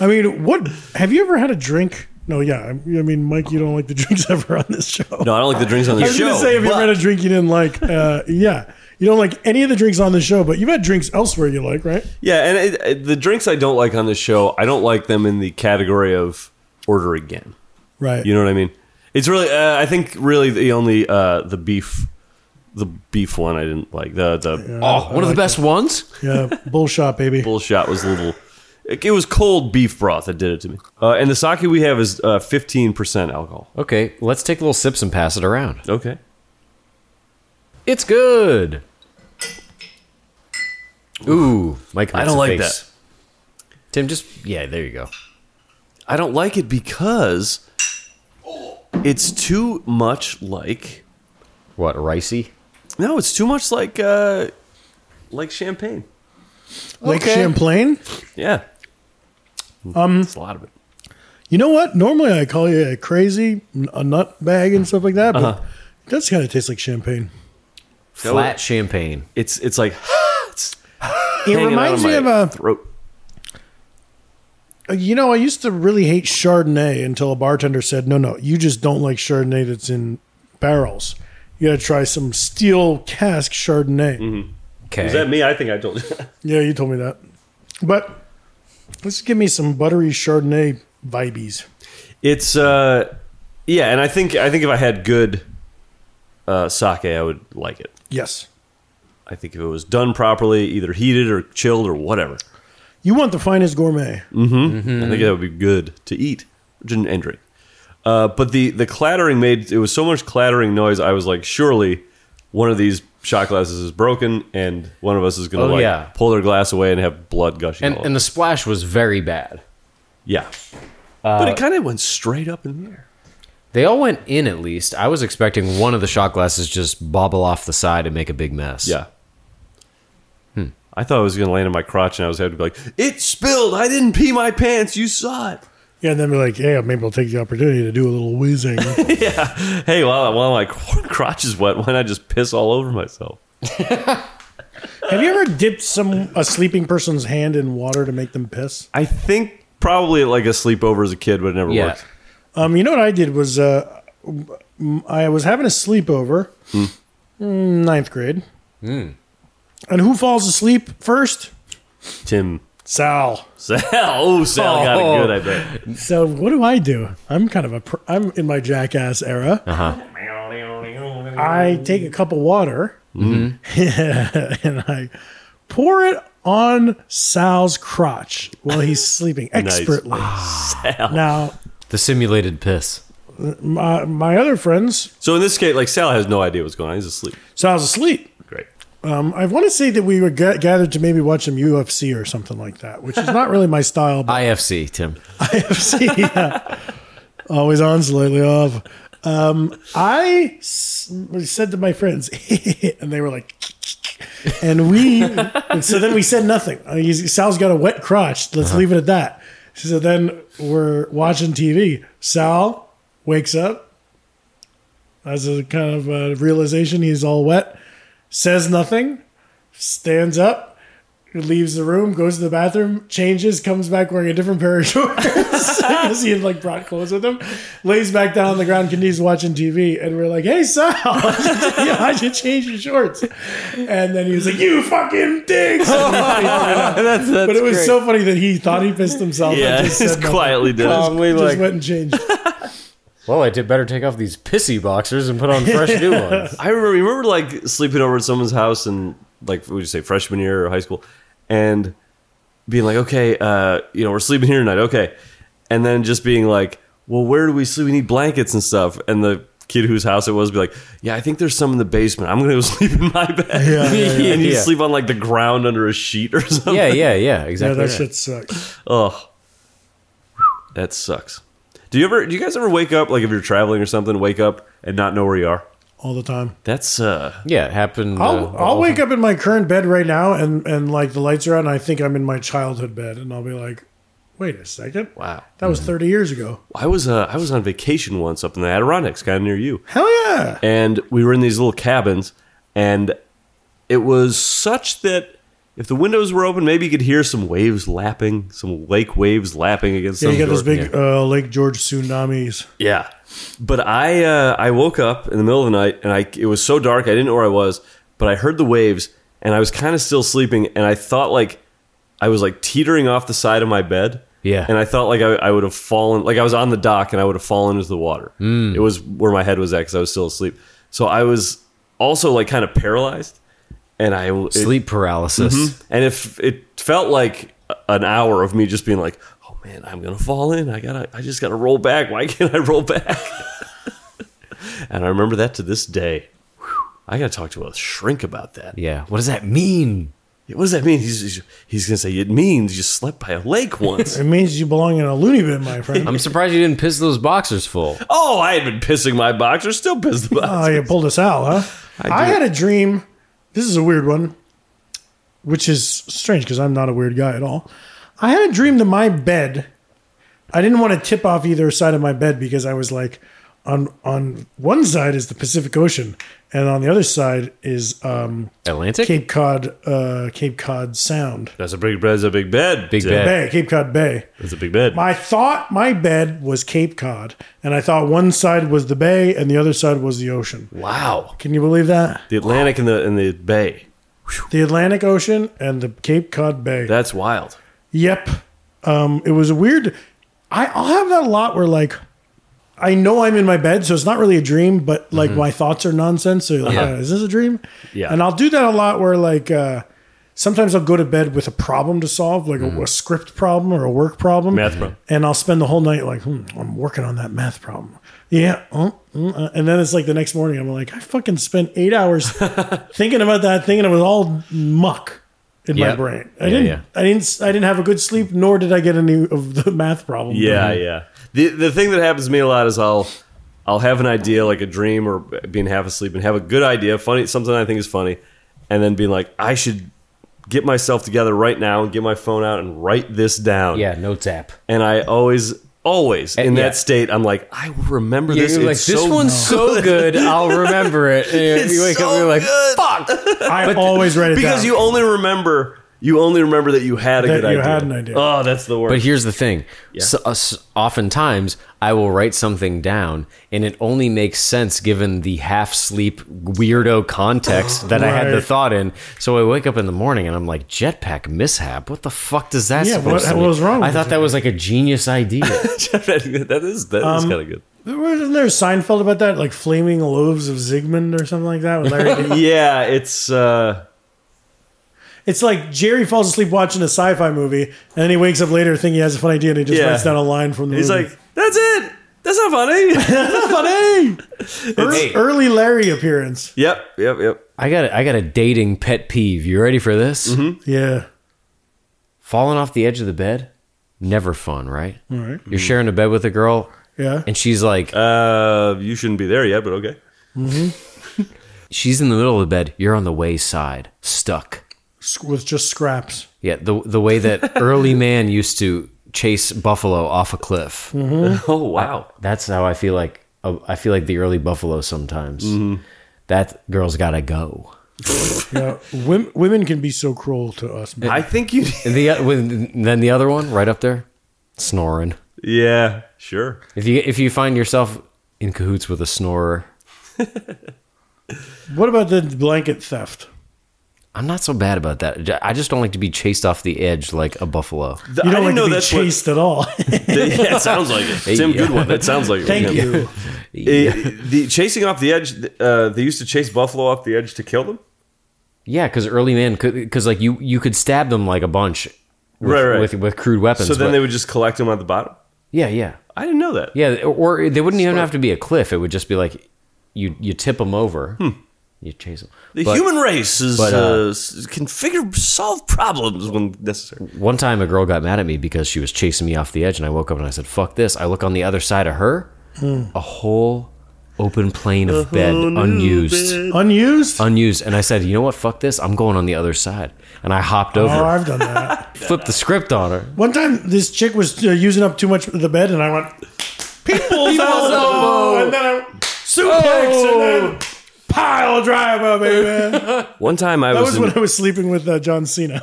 I mean, what have you ever had a drink? No, yeah. I I mean, Mike, you don't like the drinks ever on this show.
No, I don't like the drinks on the
I was
show.
gonna say if you
but-
ever had a drink you didn't like, uh, yeah, you don't like any of the drinks on the show, but you've had drinks elsewhere you like, right?
yeah, and it, it- the drinks I don't like on this show, I don't like them in the category of order again.
Right.
You know what I mean? It's really, uh, I think, really the only uh, the beef, the beef one I didn't like. The the
Oh, one of the best ones?
yeah, bullshot, baby.
bull shot was a little. It, it was cold beef broth that did it to me. Uh, and the sake we have is uh, fifteen percent alcohol.
Okay, let's take little sips and pass it around.
Okay.
It's good. Ooh, Mike,
I
makes
don't
a
like
face.
that.
Tim, just yeah, there you go.
I don't like it because it's too much like
What ricey?
no, it's too much like uh, like champagne.
Lake
Okay.
Champlain.
Yeah, um, it's a lot of it.
You know what? Normally I call you a crazy, a nut bag, and stuff like that,
Uh-huh.
but it does kind of taste like champagne.
Flat champagne.
It's it's like it's
It
hanging out
reminds
of
me of uh,
my
a.
throat.
Uh, You know, I used to really hate Chardonnay until a bartender said, "No, no, you just don't like Chardonnay that's in barrels. You got to try some steel cask Chardonnay."
Okay,
Is that me? I think I told you.
Yeah, you told me that. But let's give me some buttery Chardonnay vibes.
It's uh, yeah, and I think I think if I had good uh, sake, I would like it.
Yes.
I think if it was done properly, either heated or chilled or whatever,
You want the finest gourmet.
I think that would be good to eat and and drink. Uh, but the the clattering made it was so much clattering noise. I was like, surely one of these shot glasses is broken, and one of us is going to
Oh,
like
yeah.
pull their glass away and have blood gushing.
and
all
and
over.
the splash was very bad.
yeah,
Uh,
but it kind of went straight up in the air.
They all went in at least. I was expecting one of the shot glasses just bobble off the side and make a big mess.
Yeah.
Hmm.
I thought it was going to land in my crotch, and I was having to be like, "It spilled. I didn't pee my pants. You saw it."
Yeah, and then be like, yeah, maybe I'll take the opportunity to do a little whizzing.
Hey, while while my crotch is wet, why not just piss all over myself?
Have you ever dipped some a sleeping person's hand in water to make them piss?
I think probably like a sleepover as a kid, but it never
Yeah.
worked.
Um, you know what I did was uh, m- I was having a sleepover, mm, ninth grade. And who falls asleep first?
Tim
Sal.
Sal, oh Sal got it good. I bet.
So what do I do? I'm kind of a pr- I'm in my jackass era. I take a cup of water and I pour it on Sal's crotch while he's sleeping expertly. Now,
the simulated piss.
my, Uh, my other friends,
So in this case, like Sal has no idea what's going on. He's asleep.
Sal's asleep.
Great.
Um, I want to say that we were ga- gathered to maybe watch some UFC or something like that, which is not really my style. But
IFC, Tim.
UFC. yeah. Always on, slightly off. Um, I s- said to my friends, and they were like, and we, and so then we said nothing. Uh, he's- Sal's got a wet crotch. Let's leave it at that. So then we're watching TV. Sal wakes up. That's a kind of a realization. He's all wet. Says nothing. Stands up. leaves the room, goes to the bathroom, changes, comes back wearing a different pair of shorts because he had like brought clothes with him. Lays back down on the ground, Kenny's watching TV, and we're like, "Hey Sal, you know, how'd you change your shorts?" And then he was like, "You fucking dicks!"
Oh,
that's,
but it was so funny that he thought he pissed himself. and
Yeah,
just said
just
nothing.
quietly did it.
Calmly
Just
Um, like,
went and changed.
well, I did better take off these pissy boxers and put on fresh new ones.
I remember, you remember like sleeping over at someone's house and like what would you say freshman year or high school, and being like, okay, uh, you know, we're sleeping here tonight, okay, and then just being like, well, where do we sleep? We need blankets and stuff, and the kid whose house it was be like, yeah, I think there's some in the basement. I'm gonna go sleep in my bed,
Yeah, yeah,
yeah.
and you
Yeah.
sleep on like the ground under a sheet or something.
Yeah, yeah, yeah,
yeah,
exactly.
that
right.
shit sucks.
Ugh. That sucks. Do you ever do you guys ever wake up like if you're traveling or something, wake up and not know where you are?
All the time.
That's uh
Yeah, it happened. uh,
I'll, I'll wake up in my current bed right now and, and like the lights are out and I think I'm in my childhood bed and I'll be like, wait a second.
wow.
That was 30 years ago.
I was uh, I was on vacation once up in the Adirondacks, kind of near you,
Hell yeah.
and we were in these little cabins, and it was such that if the windows were open, maybe you could hear some waves lapping, some lake waves lapping against.
Yeah,
some
you got those
door-
big uh, Lake George tsunamis.
yeah, but I uh, I woke up in the middle of the night and I it was so dark I didn't know where I was, but I heard the waves and I was kind of still sleeping and I thought like I was like teetering off the side of my bed.
Yeah.
and I thought like I, I would have fallen like I was on the dock and I would have fallen into the water. It was where my head was at because I was still asleep. So I was also like kind of paralyzed, and I it-
Sleep paralysis.
and if it felt like a- an hour of me just being like, "Oh man, I'm gonna fall in. I gotta. I just gotta roll back. Why can't I roll back?" and I remember that to this day. Whew. I gotta talk to a shrink about that.
Yeah. What does that mean?
What does that mean? He's, he's he's gonna say it means you slept by a lake once.
It means you belong in a loony bin, my friend.
I'm surprised you didn't piss those boxers full.
oh, I had been pissing my boxer, still pissed about.
Oh, you pulled us out, huh? I,
did.
had a dream. This is a weird one, which is strange because I'm not a weird guy at all. I had a dream that my bed. I didn't want to tip off either side of my bed because I was like, on on one side is the Pacific Ocean, and on the other side is um,
Atlantic?
Cape Cod, uh, Cape Cod Sound,
That's a big bed. That's a big bed.
Big
Tim.
bed.
Bay, Cape Cod Bay.
That's a big bed.
I thought my bed was Cape Cod, and I thought one side was the bay and the other side was the ocean.
wow.
Can you believe that?
The Atlantic and the and the bay.
the Atlantic Ocean and the Cape Cod Bay.
That's wild.
yep. Um, it was a weird. I, I'll have that a lot where like I know I'm in my bed, so it's not really a dream, but like my thoughts are nonsense. So you're like,
Mm-hmm. Uh-huh.
"Uh, is this a dream?
Yeah.
And I'll do that a lot where like uh, sometimes I'll go to bed with a problem to solve, like a, a script problem or a work problem,
Mm-hmm. Math problem.
and I'll spend the whole night like hmm, I'm working on that math problem. Yeah, uh, mm, uh, and then it's like the next morning I'm like I fucking spent eight hours thinking about that, thinking it was all muck in
Yeah.
my brain. I
Yeah,
didn't,
yeah.
I didn't, I didn't have a good sleep, nor did I get any of the math problem.
Yeah,
Mm-hmm.
yeah. The the thing that happens to me a lot is I'll I'll have an idea like a dream or being half asleep and have a good idea, funny something I think is funny, and then being like, I should get myself together right now and get my phone out and write this down.
Yeah, notes app.
And I always always in
yeah.
that state I'm like, I will remember
Yeah,
this.
you're like,
It's
this
so
one's so good, I'll remember it. And
It's
you wake up
so
and you're like,
good.
fuck.
I always write it
because
down.
you only remember you only remember that you had a
That
good
you
idea.
had an idea.
Oh, that's the worst.
But here's the thing. So, uh, s- oftentimes, I will write something down, and it only makes sense given the half sleep weirdo context that I had the
Right.
thought in. So I wake up in the morning and I'm like, jetpack mishap? What the fuck does that
Yeah,
supposed
what-
to
what
mean?"
was wrong
I
with
thought that was like a genius idea.
that is that
Um,
kind of good.
Wasn't there a Seinfeld about that, like flaming loaves of Zygmunt or something like that? With Larry David?
Yeah, it's uh
it's like Jerry falls asleep watching a sci-fi movie, and then he wakes up later thinking he has a fun idea, and he just
Yeah.
writes down a line from the
he's
movie.
like, that's it. That's not funny.
funny.
Hey.
Early, early Larry appearance.
Yep, yep, yep.
I got a, I got a dating pet peeve. You ready for this?
Mm-hmm. Yeah.
Falling off the edge of the bed, never fun, right?
All right. Mm-hmm.
You're sharing a bed with a girl,
Yeah.
and she's like,
Uh, you shouldn't be there yet, but okay.
she's in the middle of the bed. You're on the way side, stuck.
Sc- With just scraps.
Yeah, the the way that early man used to chase buffalo off a cliff.
Oh wow.
That's how I
Mm-hmm.
feel like I feel like the early buffalo sometimes. That girl's got to go.
Yeah, women, women can be so cruel to us. But
I think you.
And the uh, with, then the other one right up there, snoring.
Yeah, sure.
If you if you find yourself in cahoots with a snorer,
what about the blanket theft?
I'm not so bad about that. I just don't like to be chased off the edge like a buffalo.
The-
You
I
don't like
didn't
to be
that's what-
chased at all.
yeah, it sounds like it. Tim
yeah.
Goodwin. That sounds like it.
Thank
with him.
you.
Uh, the chasing off the edge. Uh, they used to chase buffalo off the edge to kill them.
Yeah, because early man, because like you you could stab them like a bunch, with,
Right, right.
with with crude weapons.
So then
but-
they would just collect them at the bottom.
yeah, yeah,
I didn't know that.
yeah, or they wouldn't even have to be a cliff. It would just be like you you tip them over, you chase them.
Hmm. The
But
human race is
but, uh,
uh, s- can figure solve problems when necessary.
one time, a girl got mad at me because she was chasing me off the edge, and I woke up and I said, "Fuck this!" I look on the other side of her,
Hmm.
a whole open plane of bed, unused.
Unused?
Unused, and I said, "You know what? Fuck this! I'm going on the other side." And I hopped over,
Oh, I've done that.
flipped the script on her.
One time, this chick was uh, using up too much of the bed, and I went, People's elbow! And then I suplex, and then pile driver, baby.
One time I
That
was,
was
in,
when I was sleeping with uh, John Cena.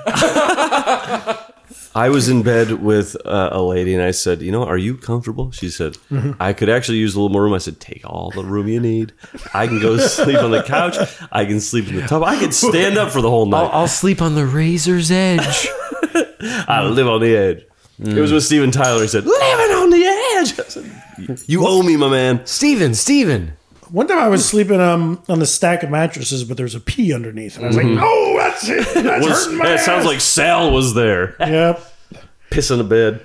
I was in bed with uh, a lady and I said, "You know, are you comfortable?" She said, "I could actually use a little more room." I said, "Take all the room you need. I can go sleep on the couch. I can sleep in the tub. I can stand up for the whole
I'll,
night.
I'll sleep on the razor's edge.
I live on the edge."
Mm.
It was with Steven Tyler. He said, "Living on the edge." I said, "You- "You owe me, my man."
Steven, Steven.
One time I was sleeping um, on the stack of mattresses, but there was a pee underneath, and I was like, "Oh, that's it! That's
Was,
hurting my
it sounds
ass."
like Sal was there
yep."
pissing a bed.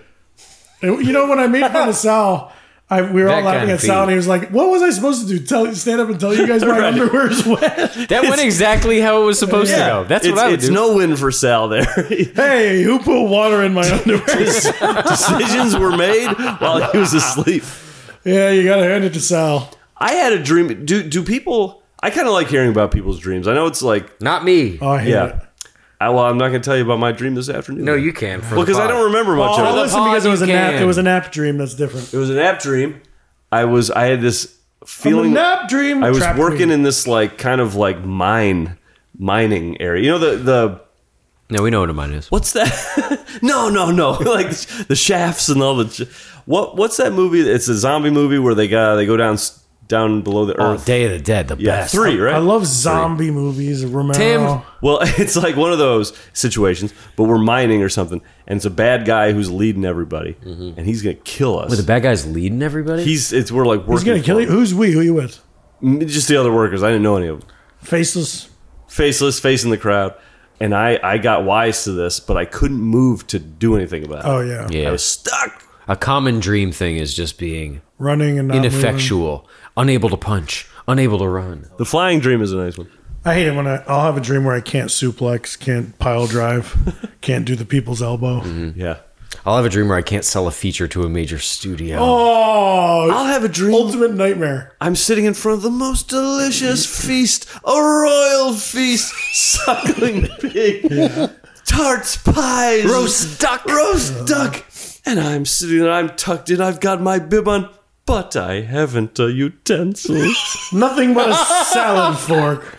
And you know when I made fun of Sal, I, we were all
That
laughing
kind
at
of
Sal,
pee.
and he was like, "What was I supposed to do? Tell stand up and tell you guys my
Right.
underwear's wet?
That went exactly how it was supposed to go. That's
it's,
what I would
It's
do.
no win for Sal there.
hey, who put water in my underwear?
Decisions were made while he was asleep.
yeah, you gotta hand it to Sal.
I had a dream. Do do people? I kind of like hearing about people's dreams. I know it's like
Not me.
Oh, I hate
yeah.
it.
I, well, I'm not going to tell you about my dream this afternoon.
no, you can. For
Well,
the
because I
pod.
don't remember much
Oh,
of it.
the
listen, because
pod
it was a
you
nap.
can.
It was a nap dream. That's different.
It was an app dream. I was. I had this
A
feeling.
nap dream.
I was
trap
working
dream.
in this like kind of like mine mining area. You know the the
No, we know what mine is.
what's that? no, no, no. like the shafts and all the j- what what's that movie? It's a zombie movie where they got they go down s- down below the
Oh,
earth.
Day of the Dead, the
yeah,
best.
three right.
I love zombie movies. Romero.
Tim.
Well, it's like one of those situations, but we're mining or something, and it's a bad guy who's leading everybody, and he's gonna kill us.
Wait, the bad guy's leading everybody.
he's it's we're like working.
He's gonna kill you. Who's we? Who you with?
you. Just the other workers. I didn't know any of them.
Faceless.
Faceless, facing the crowd, and I I got wise to this, but I couldn't move to do anything about it.
Oh yeah.
yeah.
I was stuck.
a common dream thing is just being
Running and not moving.
ineffectual, unable to punch, unable to run.
The flying dream is a nice one.
I hate it when I, I'll have a dream where I can't suplex, can't pile drive, can't do the people's elbow.
Yeah.
I'll have a dream where I can't sell a feature to a major studio.
Oh,
Ah.
I'll have a dream.
ultimate nightmare.
I'm sitting in front of the most delicious feast, a royal feast, suckling pig, tarts, pies,
Roast duck.
roast duck, and I'm sitting there. I'm tucked in. I've got my bib on, but I haven't a utensil.
Nothing but a salad fork.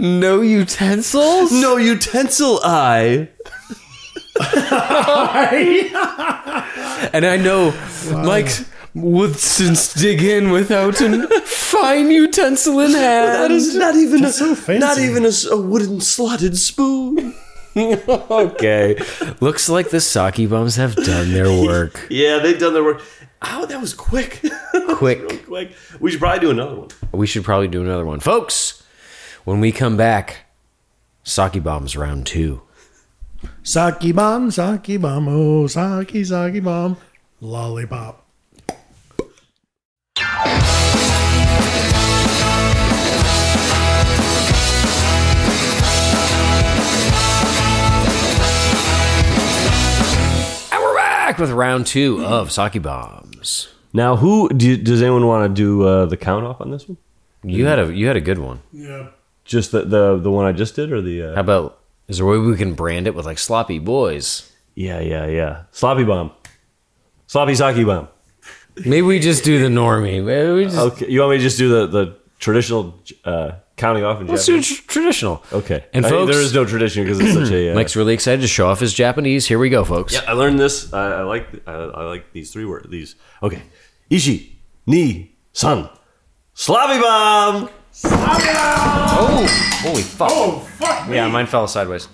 No utensils.
no utensil, I.
And I know Mike's would since dig in without an fine utensil in
That
hand.
is not even a,
so fancy.
not even a, s- a wooden slotted spoon.
okay. Looks like the sake bums have done their work.
Yeah, they've done their work. Oh, that was quick.
Quick.
quick. We should probably do another one.
We should probably do another one. Folks, when we come back, sake bombs round two.
Saki bomb, saki bomb, oh, saki, saki bomb, lollipop.
And we're back with round two of sake bombs.
Now, who do you, does anyone want to do uh, the count off on this one?
You had a you had a good one.
Yeah.
Just the the, the one I just did, or the
How
uh,
about is there a way we can brand it with like sloppy boys?
yeah, yeah, yeah, sloppy bomb, sloppy sake bomb.
Maybe we just do the normie. Maybe we just
Okay, you want me to just do the the traditional uh, counting off in
Let's do
Japanese?
tr- traditional.
Okay.
And
I-
folks,
there is no tradition because it's such a. Uh,
Mike's really excited to show off his Japanese. Here we go, folks.
yeah, I learned this. I, I like. I, I like these three words. These. Okay. Ishi, ni, san, slavi bomb.
Oh, holy fuck. Oh, fuck Yeah, mine fell sideways.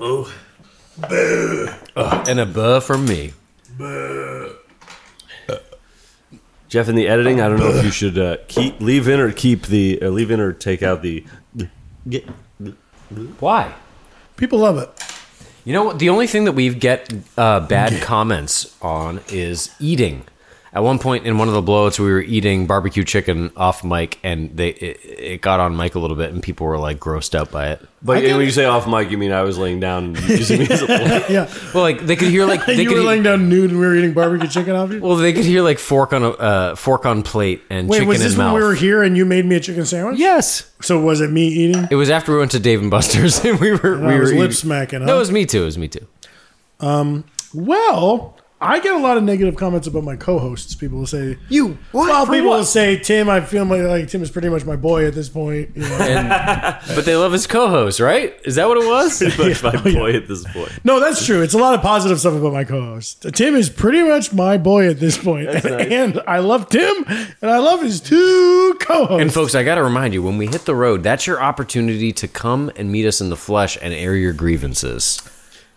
Oh.
And a buh from me.
Jeff, in the editing, I don't know if you should uh, keep leave in or keep the uh, leave in or take out the.
Why?
People love it.
You know what? The only thing that we get uh, bad comments on is eating. At one point in one of the blowouts, we were eating barbecue chicken off mic, and they it, it got on mic a little bit, and people were like grossed out by it.
But when you say off mic, you mean I was laying down and using me as a plate.
Yeah.
Well, like they could hear like they
you
could
were
he-
laying down nude and we were eating barbecue chicken off you?
well they could hear like fork on a uh, fork on plate and
Wait,
chicken
was this
in
when
mouth.
we were here and you made me a chicken sandwich?
yes,
So was it me eating?
it was after we went to Dave and Buster's, and we were we
I was
were
lip
eating-
smacking. Huh?
No, it was me too. It was me too.
well, I get a lot of negative comments about my co-hosts. People will say,
You what?
well, people will say, Tim, I feel my, like Tim is pretty much my boy at this point. You know?
But they love his co-host, right? Is that what it was?
That's
Oh,
my boy at this point.
no, that's true. It's a lot of positive stuff about my co-host. Tim is pretty much my boy at this point. And, I love Tim and I love his two co-hosts.
And folks, I got to remind you, when we hit the road, that's your opportunity to come and meet us in the flesh and air your grievances.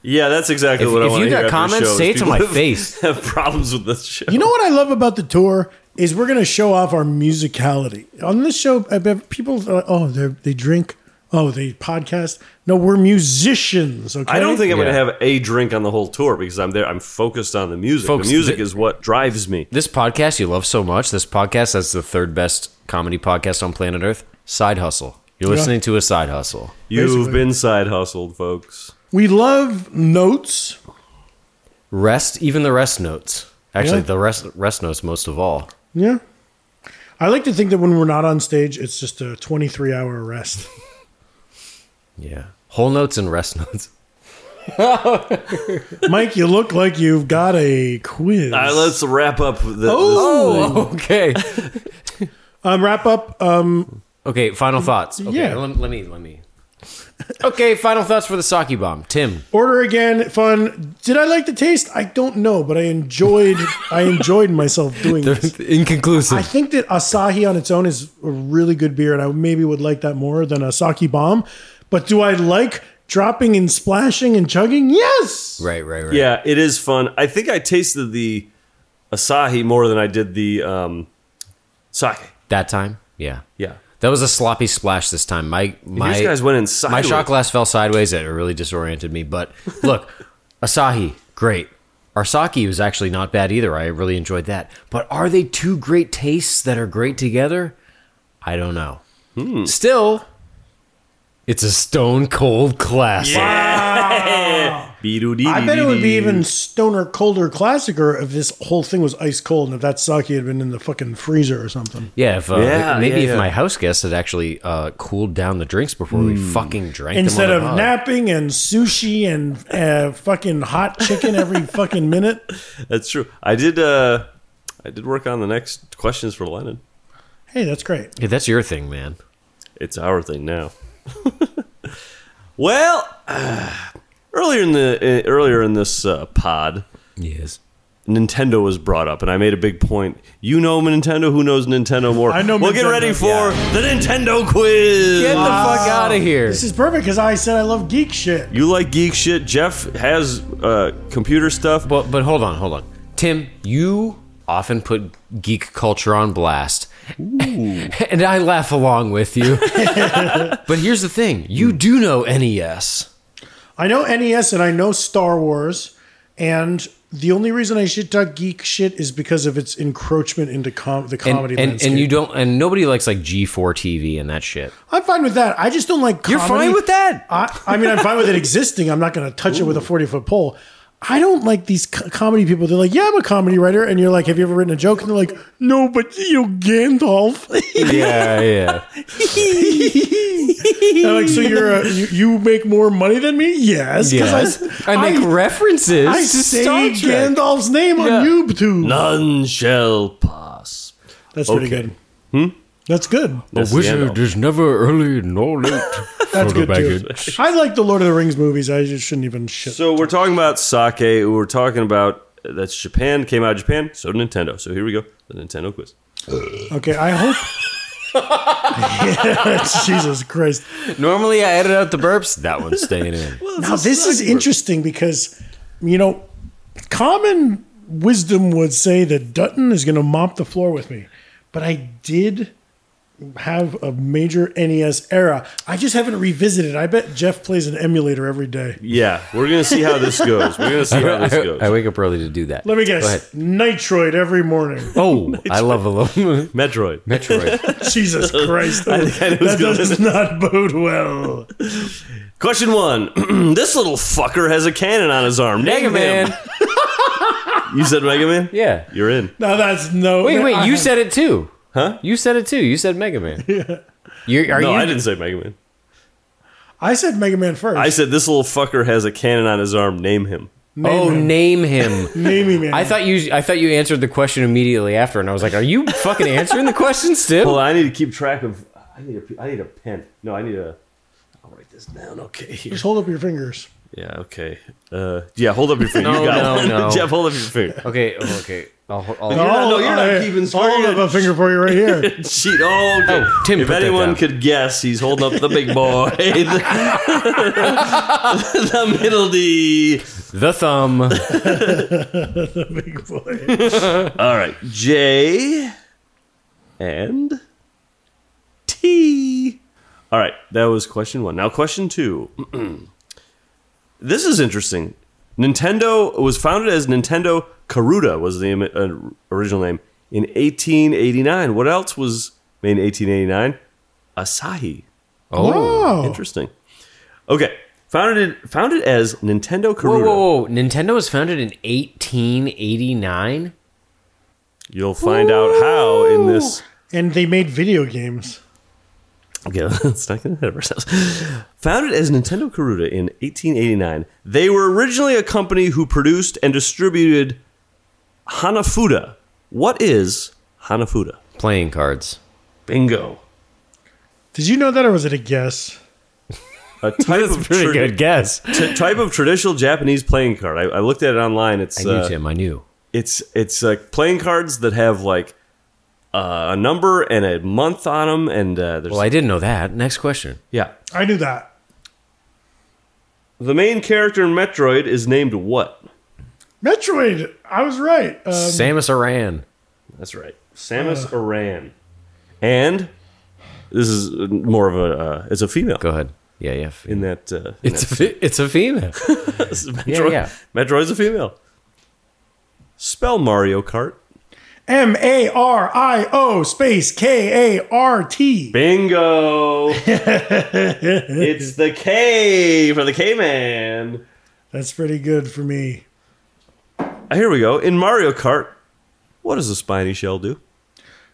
Yeah, that's exactly
If-
what I
if
want
you
to
got
hear. after
comments,
shows.
say it to
People
my
have-
face.
Have problems with this show.
You know what I love about the tour is we're going to show off our musicality on this show. I bet People, are like, oh, they they drink, oh, they podcast. No, we're musicians. Okay,
I don't think I'm
Yeah.
going to have a drink on the whole tour because I'm there. I'm focused on the music.
Folks,
the music
thi-
is what drives me.
This podcast you love so much, this podcast that's the third best comedy podcast on planet Earth, Side Hustle. You're listening to a side hustle.
You've
basically.
been side hustled, folks.
we love notes.
Rest, even the rest notes. Actually,
Yeah.
the rest rest notes most of all.
Yeah, I like to think that when we're not on stage, it's just a 23 hour rest.
Yeah. Whole notes and rest notes.
Mike, you look like you've got a quiz.
All right, let's wrap up. The,
Oh, okay.
um, wrap up. Um,
okay, final thoughts. Okay,
Yeah.
Let, let me let me. Okay, final thoughts for the sake bomb. Tim,
order again. Fun. Did I like the taste? I don't know, but I enjoyed. I enjoyed myself doing this.
inconclusive.
I think that Asahi on its own is a really good beer, and I maybe would like that more than a Sake Bomb. But do I like dropping and splashing and chugging? Yes.
right, right, right.
Yeah, it is fun. I think I tasted the Asahi more than I did the um, sake.
That time? Yeah.
Yeah.
That was a sloppy splash this time. My my
These guys went inside.
my shot glass fell sideways. It really disoriented me. But look, Asahi, great. Arsaki was actually not bad either. I really enjoyed that. But are they two great tastes that are great together? I don't know.
Hmm.
Still, it's a stone cold classic.
I bet it would be even stoner, colder, classicer if this whole thing was ice cold and if that sake had been in the fucking freezer or something.
Yeah, if, uh,
Yeah,
maybe
yeah,
if
yeah.
my house guests had actually uh, cooled down the drinks before we
Hmm.
fucking drank
Instead
them
of
on the pod.
napping and sushi and uh, fucking hot chicken every fucking minute.
That's true. I did. Uh, I did work on the next questions for Lennon.
Hey, that's great.
Hey, that's your thing, man.
It's our thing now. well, earlier in the uh, earlier in this uh, pod,
Yes.
Nintendo was brought up, and I made a big point. You know Nintendo. Who knows Nintendo more?
I know
Well, get
Nintendo,
ready for the Nintendo quiz.
Get the fuck out of here.
This is perfect because I said I love geek shit.
you like geek shit. Jeff has uh, computer stuff.
But but hold on, hold on. Tim, you often put geek culture on blast. and I laugh along with you. but here's the thing. You do know E NES.
I know NES and I know Star Wars, and the only reason I should talk geek shit is because of its encroachment into com- the
And,
comedy
and,
landscape.
and you don't and nobody likes like G4 TV and that shit.
I'm fine with that. I just don't like.
You're
comedy.
fine with that?
I, I mean, I'm fine with it existing. I'm not going to touch it with a 40 foot pole. I don't like these co- comedy people. They're like, yeah, I'm a comedy writer. And you're like, have you ever written a joke? And they're like, no, but you know, Gandalf.
Yeah, yeah.
And I'm like, so you're a, you, you make more money than me? Yes. 'cause I s-
Yes. I make references
I
to
say
Star Trek.
Gandalf's name
Yeah.
on YouTube.
None shall pass.
That's pretty good. Hmm? That's good.
That's the end all.
is never early nor late.
That's good too. I like the Lord of the Rings movies. I just shouldn't even shit.
So we're talking about sake. We're talking about that's Japan came out of Japan. So did Nintendo. So here we go. The Nintendo quiz.
Okay, I hope. Jesus Christ.
Normally, I edit out the burps. That one's staying in.
Now this is interesting because you know common wisdom would say that Dutton is going to mop the floor with me, but I did have a major NES era. I just haven't revisited. I bet Jeff plays an emulator every day.
Yeah, we're gonna see how this goes. We're gonna see how
I,
this goes.
I wake up early to do that.
Let me
Go ahead.
guess. Nitroid every morning.
Oh, I love a little
Metroid.
Metroid.
Jesus Christ.
I
that
was gonna-
does not bode well.
Question one. this little fucker has a cannon on his arm.
Mega
Name him.
Man.
You said Mega Man.
Yeah.
You're in.
Now that's no
Wait, wait.
I-
You said it too. Huh? You said it too. You said Mega Man. Yeah. You, are
no,
you?
I didn't say Mega Man.
I said Mega Man first.
I said this little fucker has a cannon on his arm. Name him.
oh, name him.
Namey Man.
I thought you. I thought you answered the question immediately after, and I was like, "Are you fucking answering the question
Well,
still?"
I need to keep track of. I need a. I need a pen. No, I need a. I'll write this down. Okay. Here.
just hold up your fingers.
Yeah. Okay. Uh. Yeah. Hold up your finger.
No,
you got
no,
it.
no.
Jeff, hold up your finger.
Okay. oh, Okay. I'll, I'll,
You're not- no, you're not
I-
keeping score.
I'll Oh, hold up a finger for you right here.
Cheat. Oh, okay.
Oh, Tim
if
put that
anyone
down.
could guess, he's holding up the big boy, the, the middle D.
the thumb.
Big boy.
All right, J and T. All right, that was question one. Now, question two. this is interesting. Nintendo was founded as Nintendo Karuta was the uh, original name in 1889. What else was made in 1889? Asahi.
Wow.
Interesting. Okay, founded founded as Nintendo Karuta.
Whoa, whoa, whoa! Nintendo was founded in 1889.
You'll find out how in this
And they made video games.
Okay, let's not get ahead of ourselves. Founded as Nintendo Karuta in 1889, they were originally a company who produced and distributed Hanafuda. What is Hanafuda?
Playing cards.
Bingo.
Did you know that, or was it a guess?
A type, of,
Pretty
tradi-
good guess.
t- type of traditional Japanese playing card. I, I looked at it online. It's
I knew
uh,
Tim. I knew.
it's it's like playing cards that have like uh, a number and a month on them, and uh, there's
Well, I didn't know that. Next question.
yeah.
I knew that.
The main character in Metroid is named what?
Metroid. I was right. Um,
Samus Aran.
That's right. Samus Aran. And this is more of a uh, it's a female
Go ahead. Yeah, yeah. fe-
in that uh, in
It's a, fe- it's a female.
that- Metroid.
yeah.
Metroid's a female. Spell Mario Kart.
M A R I O space K A R T.
Bingo. it's the K for the K Man.
That's pretty good for me.
Ah, Here we go. In Mario Kart, what does a spiny shell do?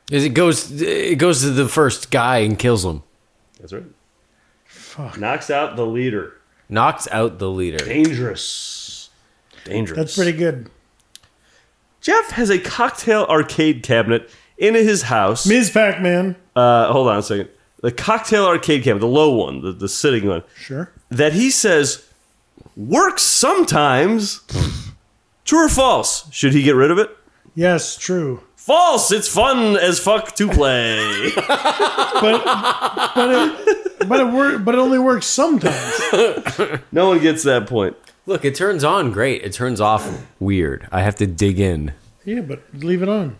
Is It goes. It goes to the first guy and kills him.
That's right. Fuck. Knocks out the leader.
Knocks out the leader.
Dangerous. Dangerous.
That's pretty good.
Jeff has a cocktail arcade cabinet in his house.
Ms. Pac Man.
Uh, hold on a second. The cocktail arcade cabinet, the low one, the, the sitting one,
Sure.
that he says works sometimes. True or false? Should he get rid of it?
Yes, true.
False. It's fun as fuck to play.
But it wor- but it only works sometimes.
no one gets that point.
Look, it turns on great. It turns off weird. I have to dig in.
yeah, but leave it on.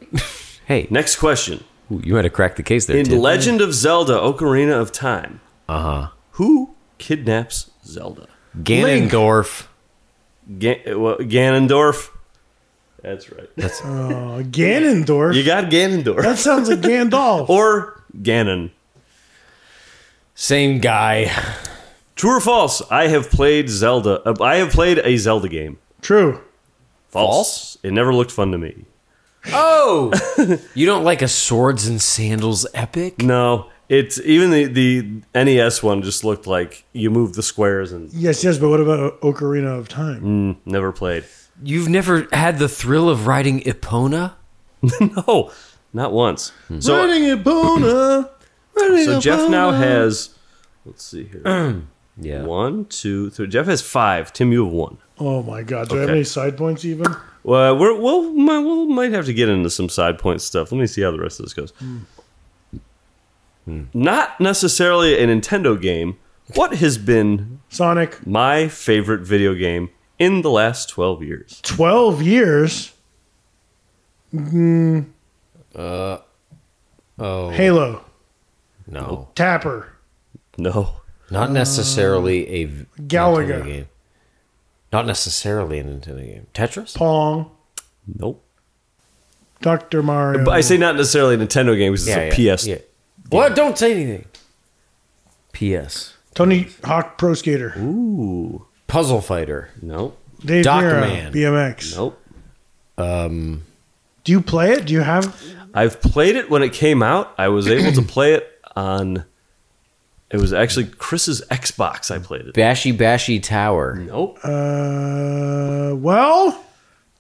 Hey,
Next question.
ooh, you had to crack the case there.
In
Tim.
Legend of Zelda: Ocarina of Time, Uh-huh.
uh huh.
who kidnaps Zelda?
Ganondorf.
Ga- well, Ganondorf. That's right.
Uh, Ganondorf.
you got Ganondorf.
that sounds like Gandalf.
or Ganon.
Same guy.
True or false? I have played Zelda. uh, I have played a Zelda game.
True.
False. It never looked fun to me.
Oh, you don't like a swords and sandals epic?
No, it's even the, the NES one just looked like you moved the squares and
Yes, yes, but what about Ocarina of Time?
mm, never played.
You've never had the thrill of riding Ipona?
No, Oh, not once. So uh,
Riding Epona.
so Jeff now has. Let's see here.
Yeah.
One, two, three. Jeff has five. Tim, you have one.
Oh my god, do I have
Okay.
any side points even?
Well, we're, we'll, might, we'll might have to get into some side point stuff. Let me see how the rest of this goes. Hmm. Not necessarily a Nintendo game. What has been
Sonic,
my favorite video game in the last 12 years?
12 years. Mm. Uh, oh. Halo,
No,
Tapper,
No.
not necessarily a v-
Galaga.
Nintendo game. Not necessarily a Nintendo game. Tetris?
Pong,
Nope.
Dr. Mario.
But I say not necessarily a Nintendo game because it's a PS.
Yeah. What? Don't say anything. PS.
Tony Hawk Pro Skater.
Ooh.
Puzzle Fighter.
Nope.
Dave
Doc
Mira,
Man.
BMX.
Nope.
Um,
Do you play it? Do you have
I've played it when it came out. I was able to play it on. It was actually Chris's Xbox. I played it.
Bashy Bashy Tower.
Nope.
uh well?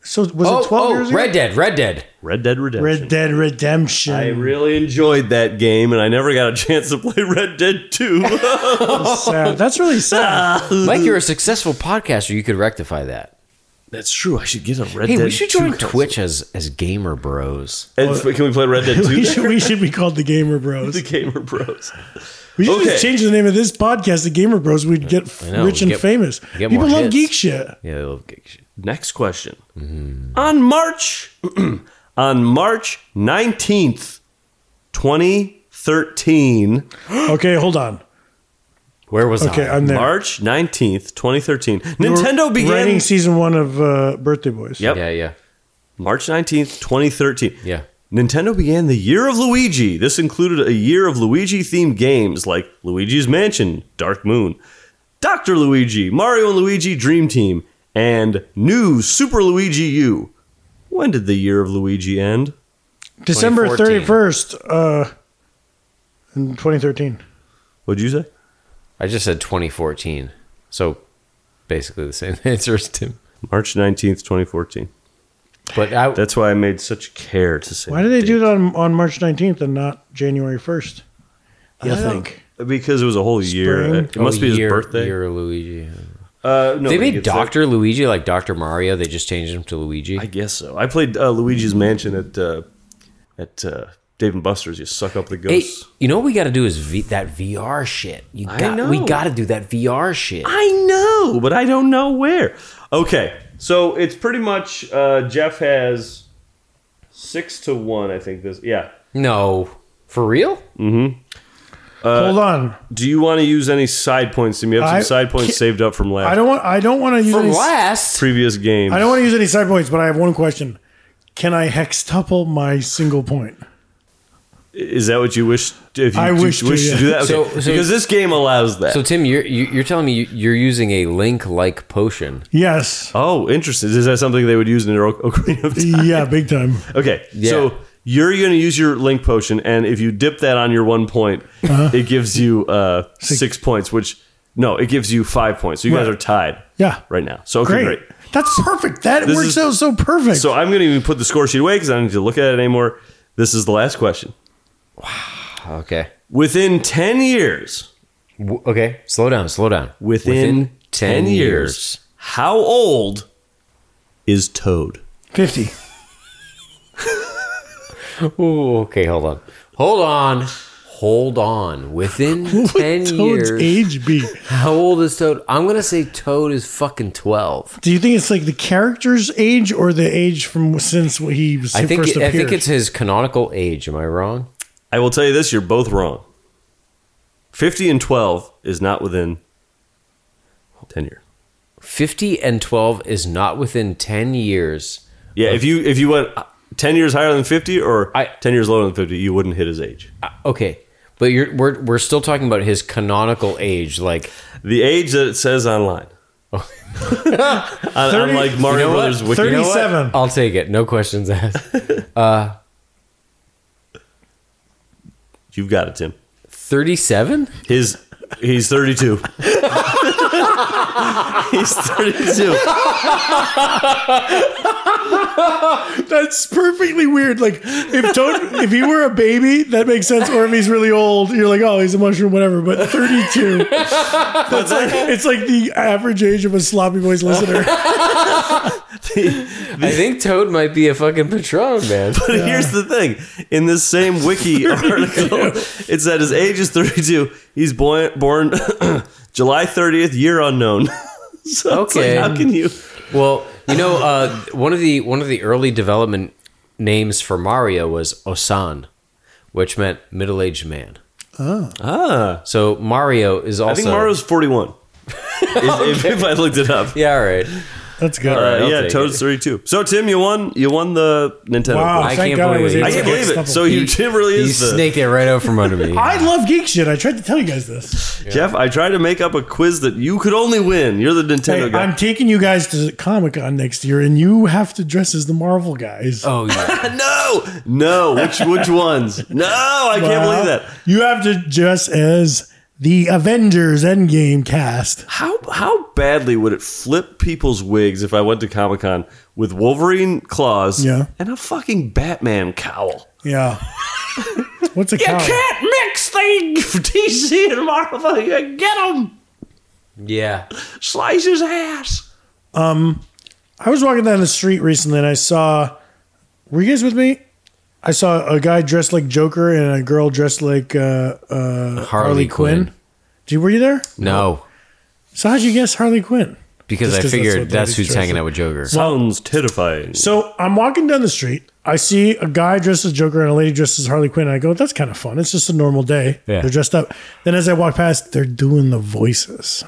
So was
Oh,
it 12
oh
years ago?
Red Dead, Red Dead.
Red Dead Redemption.
Red Dead Redemption.
I really enjoyed that game, and I never got a chance to play Red Dead Two.
sad. That's really sad.
Like you're a successful podcaster, you could rectify that.
That's true. I should get a Red
Hey,
Dead.
we should
2
join
console.
Twitch as as gamer bros.
And f- can we play Red Dead Two?
we, should, we should be called the Gamer Bros.
the Gamer Bros.
We should
Okay.
just change the name of this podcast, the Gamer Bros. We'd get f-
I know,
rich and
get-
famous.
get
People
more
love
hits.
geek shit.
Yeah, they love geek shit.
Next question.
Mm-hmm.
On March on March 19th, 2013.
Okay, hold on.
Where was
Okay,
I?
I'm there.
March 19th, 2013.
We were
Nintendo began
writing season one of uh, Birthday Boys.
Yep.
Yeah, yeah,
March 19th, 2013.
yeah.
Nintendo began the year of Luigi. This included a year of Luigi themed games like Luigi's Mansion, Dark Moon, Dr. Luigi, Mario and Luigi Dream Team, and new Super Luigi U. When did the year of Luigi end?
December
2014.
31st, uh, in 2013.
What'd you say?
I just said 2014. So basically the same answer as Tim.
March 19th, 2014.
But I,
That's why I made such care to say
Why did they do that on, on March 19th and not January 1st? You think?
that. Because it was a whole year.
Spring?
It must
oh,
be his
year-
birthday.
Year of Luigi.
Uh, no,
they
it
made
gets there.
Doctor Luigi like Doctor Mario. They just changed him to Luigi.
I guess so. I played uh, Luigi's Mansion at uh, at uh, Dave and Buster's. You suck up the
Hey,
ghosts.
you know what we got to do is v- that VR shit. You
I
got, We
know.
got to do that VR shit.
I know, but I don't know where. Okay, so it's pretty much uh, Jeff has six to one. I think this. Yeah.
No, for real?
Hold on.
Do you want to use any side points? Do you have some
I-
side points saved up from last
I don't want. I don't want to use.
For
Any,
last?
previous game?
I don't want to use any side points, but I have one question. Can I hextuple my single point?
Is that what you wish? If you
I
do,
wish to,
wish
yeah.
to do that, okay.
So- so-
because this game allows that.
So Tim, you're you- you're telling me you- you're using a Link-like potion.
Yes.
oh, interesting. Is that something they would use in Oc- Ocarina of Time?
Yeah, big time.
Okay,
Yeah.
so you're going to use your link potion, and if you dip that on your one point, it gives you uh, six. points. Which no, it gives you five points. So you guys
Right.
are tied.
Yeah.
right now. So okay,
Great.
great.
That's perfect. That
This
works
is-
out so perfect.
So I'm going to even put the score sheet away because I don't need to look at it anymore. This is the last question.
Okay.
Within ten years,
W- okay. Slow down. Slow down.
within, ten years, how old is Toad?
50.
Ooh, okay. Hold on. Hold on. Hold on. Within ten
Toad's
years,
age be?
how old is Toad? I'm gonna say Toad is fucking twelve.
Do you think it's like the character's age or the age from since he was
I think
first
it- I
appeared?
think it's his canonical age. Am I wrong?
I will tell you this: you're both wrong. Fifty and twelve is not within ten years.
Fifty and twelve is not within ten years.
Yeah, if you if you went ten years higher than fifty or
I-
ten years lower than fifty, you wouldn't hit his age.
Uh, okay, but you're we're we're still talking about his canonical age, like
The age that it says online. Un- unlike Mario
know what?
Brothers Wiki.
Oh. You know what?
37.
I'll take it. No questions asked.
You've got it, Tim.
37?
His he's 32. he's 32.
That's perfectly weird. Like if Toad, if he were a baby, that makes sense. Or if he's really old, you're like, oh, he's a mushroom, whatever. But 32, that's like it's like the average age of a sloppy boys listener.
I think Toad might be a fucking Patron, man.
But here's the thing: in this same wiki article, it said his age is 32. He's boy- born July 30th, year unknown. so it's like,
Okay.
how can you?
Well, you know, uh, one of the one of the early development names for Mario was Osan, which meant middle-aged man.
Ah,
So Mario is also
I think Mario's 41. if, if- if I looked it up.
Yeah, all right.
That's good.
Uh,
I'll
yeah,
take
Toad's
it.
32. So Tim, you won. You won the Nintendo.
wow,
quiz.
I
thank
can't
God I
believe
was
it.
able
I
to
can't
get
believe it.
stuff.
So you, Tim really
He
is the
snaked it right out from under me.
I love geek shit. I tried to tell you guys this.
Jeff. I tried to make up a quiz that you could only win. You're the Nintendo
Hey,
guy.
I'm taking you guys to Comic Con next year, and you have to dress as the Marvel guys.
oh yeah.
No, no. Which which ones? No, I can't
Well,
believe that.
You have to dress as the Avengers Endgame cast.
How how badly would it flip people's wigs if I went to Comic Con with Wolverine claws
Yeah.
and a fucking Batman cowl?
Yeah. What's a comic?
mix things. DC and Marvel. You get him.
Yeah.
Slice his ass.
I was walking down the street recently and I saw. Were you guys with me? I saw a guy dressed like Joker and a girl dressed like uh, uh, Harley, Quinn.
Quinn.
Did you, were you there?
No.
So how'd you guess Harley Quinn?
Because
Just
I
'cause that's
figured
what
that's,
David's
who's hanging
dressing.
out with Joker.
Sounds terrifying.
So I'm walking down the street. I see a guy dressed as Joker and a lady dressed as Harley Quinn. And I go, that's kind of fun. It's just a normal day.
Yeah.
They're dressed up. Then as I walk past, they're doing the voices.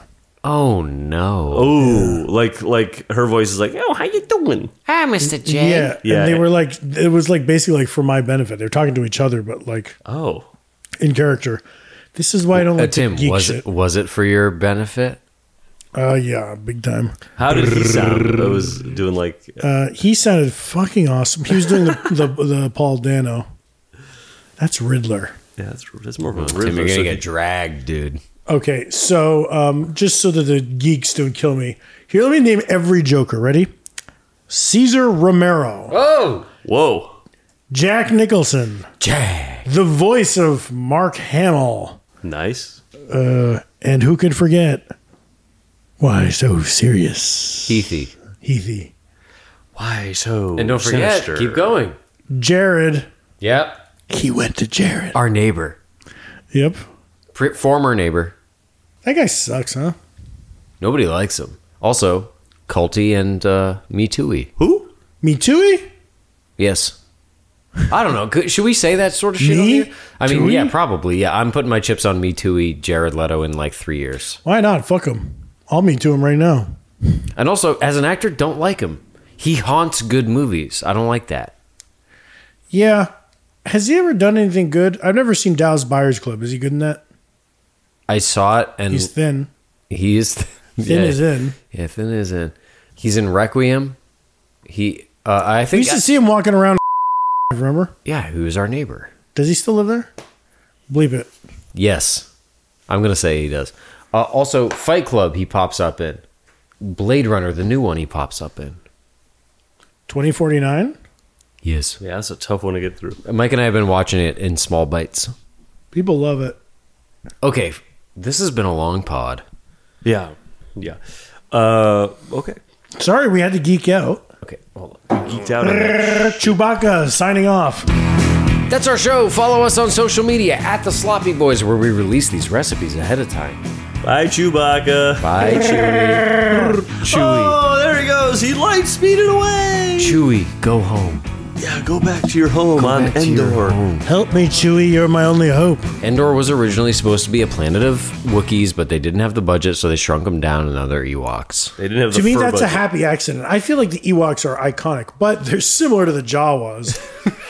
Oh no.
Ooh, Oh, like like her voice is like, oh, how you doing?
Hi, Mr. J.
Yeah.
Yeah.
And they were like, it was like basically like for my benefit. They're talking to each other, but like
Oh,
in character. This is why I don't
Uh,
like
Tim,
the geek
was
shit.
it was it for your benefit?
Uh, yeah, big time.
how did he sound? I was doing like
Uh, he sounded fucking awesome. He was doing the, the, the Paul Dano. That's Riddler.
Yeah, it's, it's more of a
Tim,
Riddler,
you're
so
gonna
he-
get dragged, dude.
Okay, so um, just so that the geeks don't kill me, here let me name every Joker. Ready? Caesar Romero,
Oh.
Whoa.
Jack Nicholson,
Jag.
the voice of Mark Hamill,
Nice.
and who could forget? Why so serious,
Heathy.
Heathy?
Why so?
And don't forget, keep going.
Jared,
Yep.
he went to Jared.
Our neighbor.
Yep,
Pr- former neighbor.
that guy sucks, huh?
Nobody likes him. Also, culty and uh, me too
Who?
Me too.
Yes. I don't know. Could, should we say that sort of shit?
Me
on here? I mean,
Too-y?
yeah, probably. Yeah, I'm putting my chips on me too Jared Leto in like three years.
Why not? Fuck him. I'll meet to him right now.
And also, as an actor, don't like him. He haunts good movies. I don't like that.
Yeah. Has he ever done anything good? I've never seen Dallas Buyers Club. Is he good in that?
I saw it, and
He's thin.
he is thin
Thin
yeah.
is in.
Yeah, thin is in. He's in Requiem. He, uh, I
We
think,
used to see him walking around. Remember?
yeah, who's our neighbor?
Does he still live there? Believe it.
Yes, I'm gonna say he does. Uh, also, Fight Club, he pops up in. Blade Runner, the new one, he pops up in.
2049?
Yes.
Yeah, that's a tough one to get through.
Mike and I have been watching it in small bites.
People love it.
Okay, f- this has been a long pod.
Yeah. Yeah. Uh, okay.
Sorry we had to geek out.
Okay, hold on.
Geeked out on that.
Chewbacca signing off.
That's our show. Follow us on social media at The Sloppy Boys, where we release these recipes ahead of time.
Bye, Chewbacca.
Bye, Chewy. Chewy.
Oh, there he goes. He light speeded away.
Chewy, go home.
yeah, go back to your home on
Back to your
Endor.
home.
Help me, Chewie. You're my only hope.
Endor was originally supposed to be a planet of Wookiees, but they didn't have the budget, so they shrunk them down and now they're Ewoks.
They didn't have the
To me,
fur
that's a
budget.
happy accident. I feel like the Ewoks are iconic, but they're similar to the Jawas.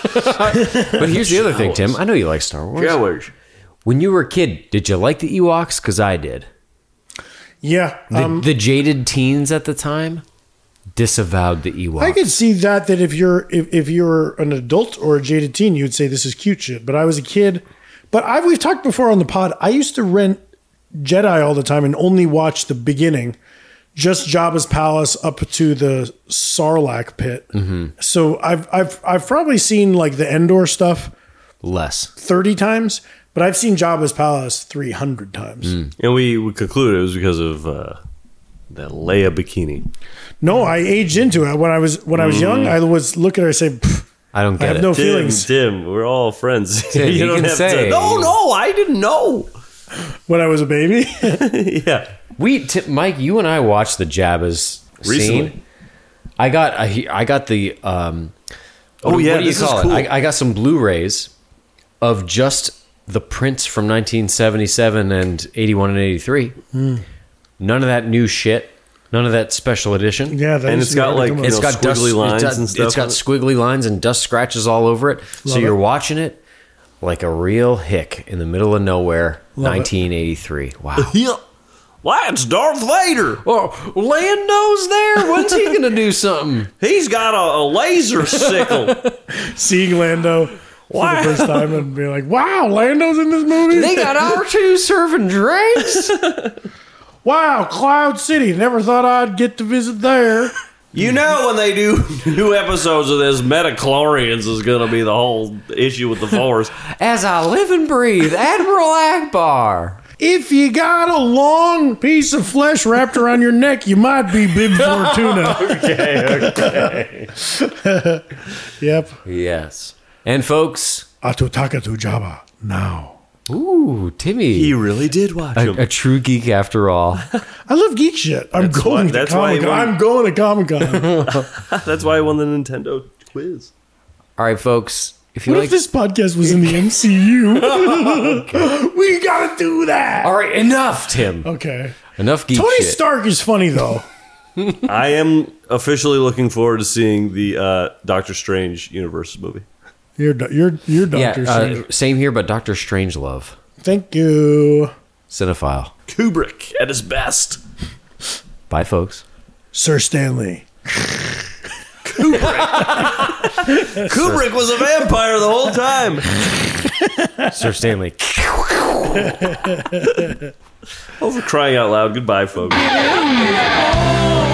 But here's the other thing, Tim. I know you like Star Wars.
Showers.
When you were a kid, did you like the Ewoks? Because I did.
Yeah.
The,
Um,
the jaded teens at the time disavowed the Ewok.
I could see that that if you're if, if you're an adult or a jaded teen, you'd say this is cute shit. But I was a kid. But I we've talked before on the pod. I used to rent Jedi all the time and only watch the beginning, just Jabba's palace up to the Sarlacc pit.
Mm-hmm.
So I've I've I've probably seen like the Endor stuff
Less.
thirty times, but I've seen Jabba's palace three hundred times.
And we, we concluded it was because of uh, that Leia bikini.
No, I aged into it when I was when I was
Mm.
young. I was look at her and say, "Pff,
I don't
I
get
have
it.
no
Tim,
feelings.
Tim, we're all friends.
Tim, you can say-
to. No, no, I didn't know.
When I was a baby,
yeah.
We, t- Mike, you and I watched the Jabba's
Recently.
scene. I got a, I got the um.
Oh, yeah, this is cool.
I, I got some Blu-rays of just the prints from 1977 and 81 and 83.
Hmm.
None of that new shit. None of that special edition.
yeah, that
And
used
it's
to be hard
got,
to
like,
come up
you
It's
know,
got
squiggly
dust
lines
it's got,
and stuff
It's got
on it.
squiggly lines and dust scratches all over it. so you're
it.
watching it like a real hick in the middle of nowhere, 1983. Wow.
Yeah. Why, it's Darth Vader.
Oh, Lando's there. When's he going to do something?
He's got a, a laser sickle.
seeing Lando for
Wow.
the first time and being like, "Wow, Lando's in this movie!
They got R2 serving drinks.
wow, Cloud City! Never thought I'd get to visit there."
You know when they do new episodes of this, Metachlorians is going to be the whole issue with the Force.
As I live and breathe, Admiral Akbar.
If you got a long piece of flesh wrapped around your neck, you might be Bib Fortuna. okay, okay. yep.
Yes. And folks,
Atutaka to Jabba now.
ooh, Timmy.
really did watch
a, a true geek after all.
I love geek shit. I'm
That's
going
why-
to
that's why he
Comic Con.
won-
I'm going to Comic Con.
That's why I won the Nintendo quiz.
All right, folks. If you
what
like
if this podcast was in the MCU? we gotta do that.
All right, enough, Tim.
Okay.
Enough geek
Tony
shit.
Stark is funny though.
I am officially looking forward to seeing the uh, Doctor Strange universe movie.
You're do- you're you're
yeah,
Doctor
uh,
Strange.
same here, but Doctor Strangelove,
Thank you,
cinephile.
Kubrick at his best.
Bye, folks.
Sir Stanley.
Kubrick was a vampire the whole time.
Sir Stanley.
Over crying out loud. Goodbye, folks.
Oh,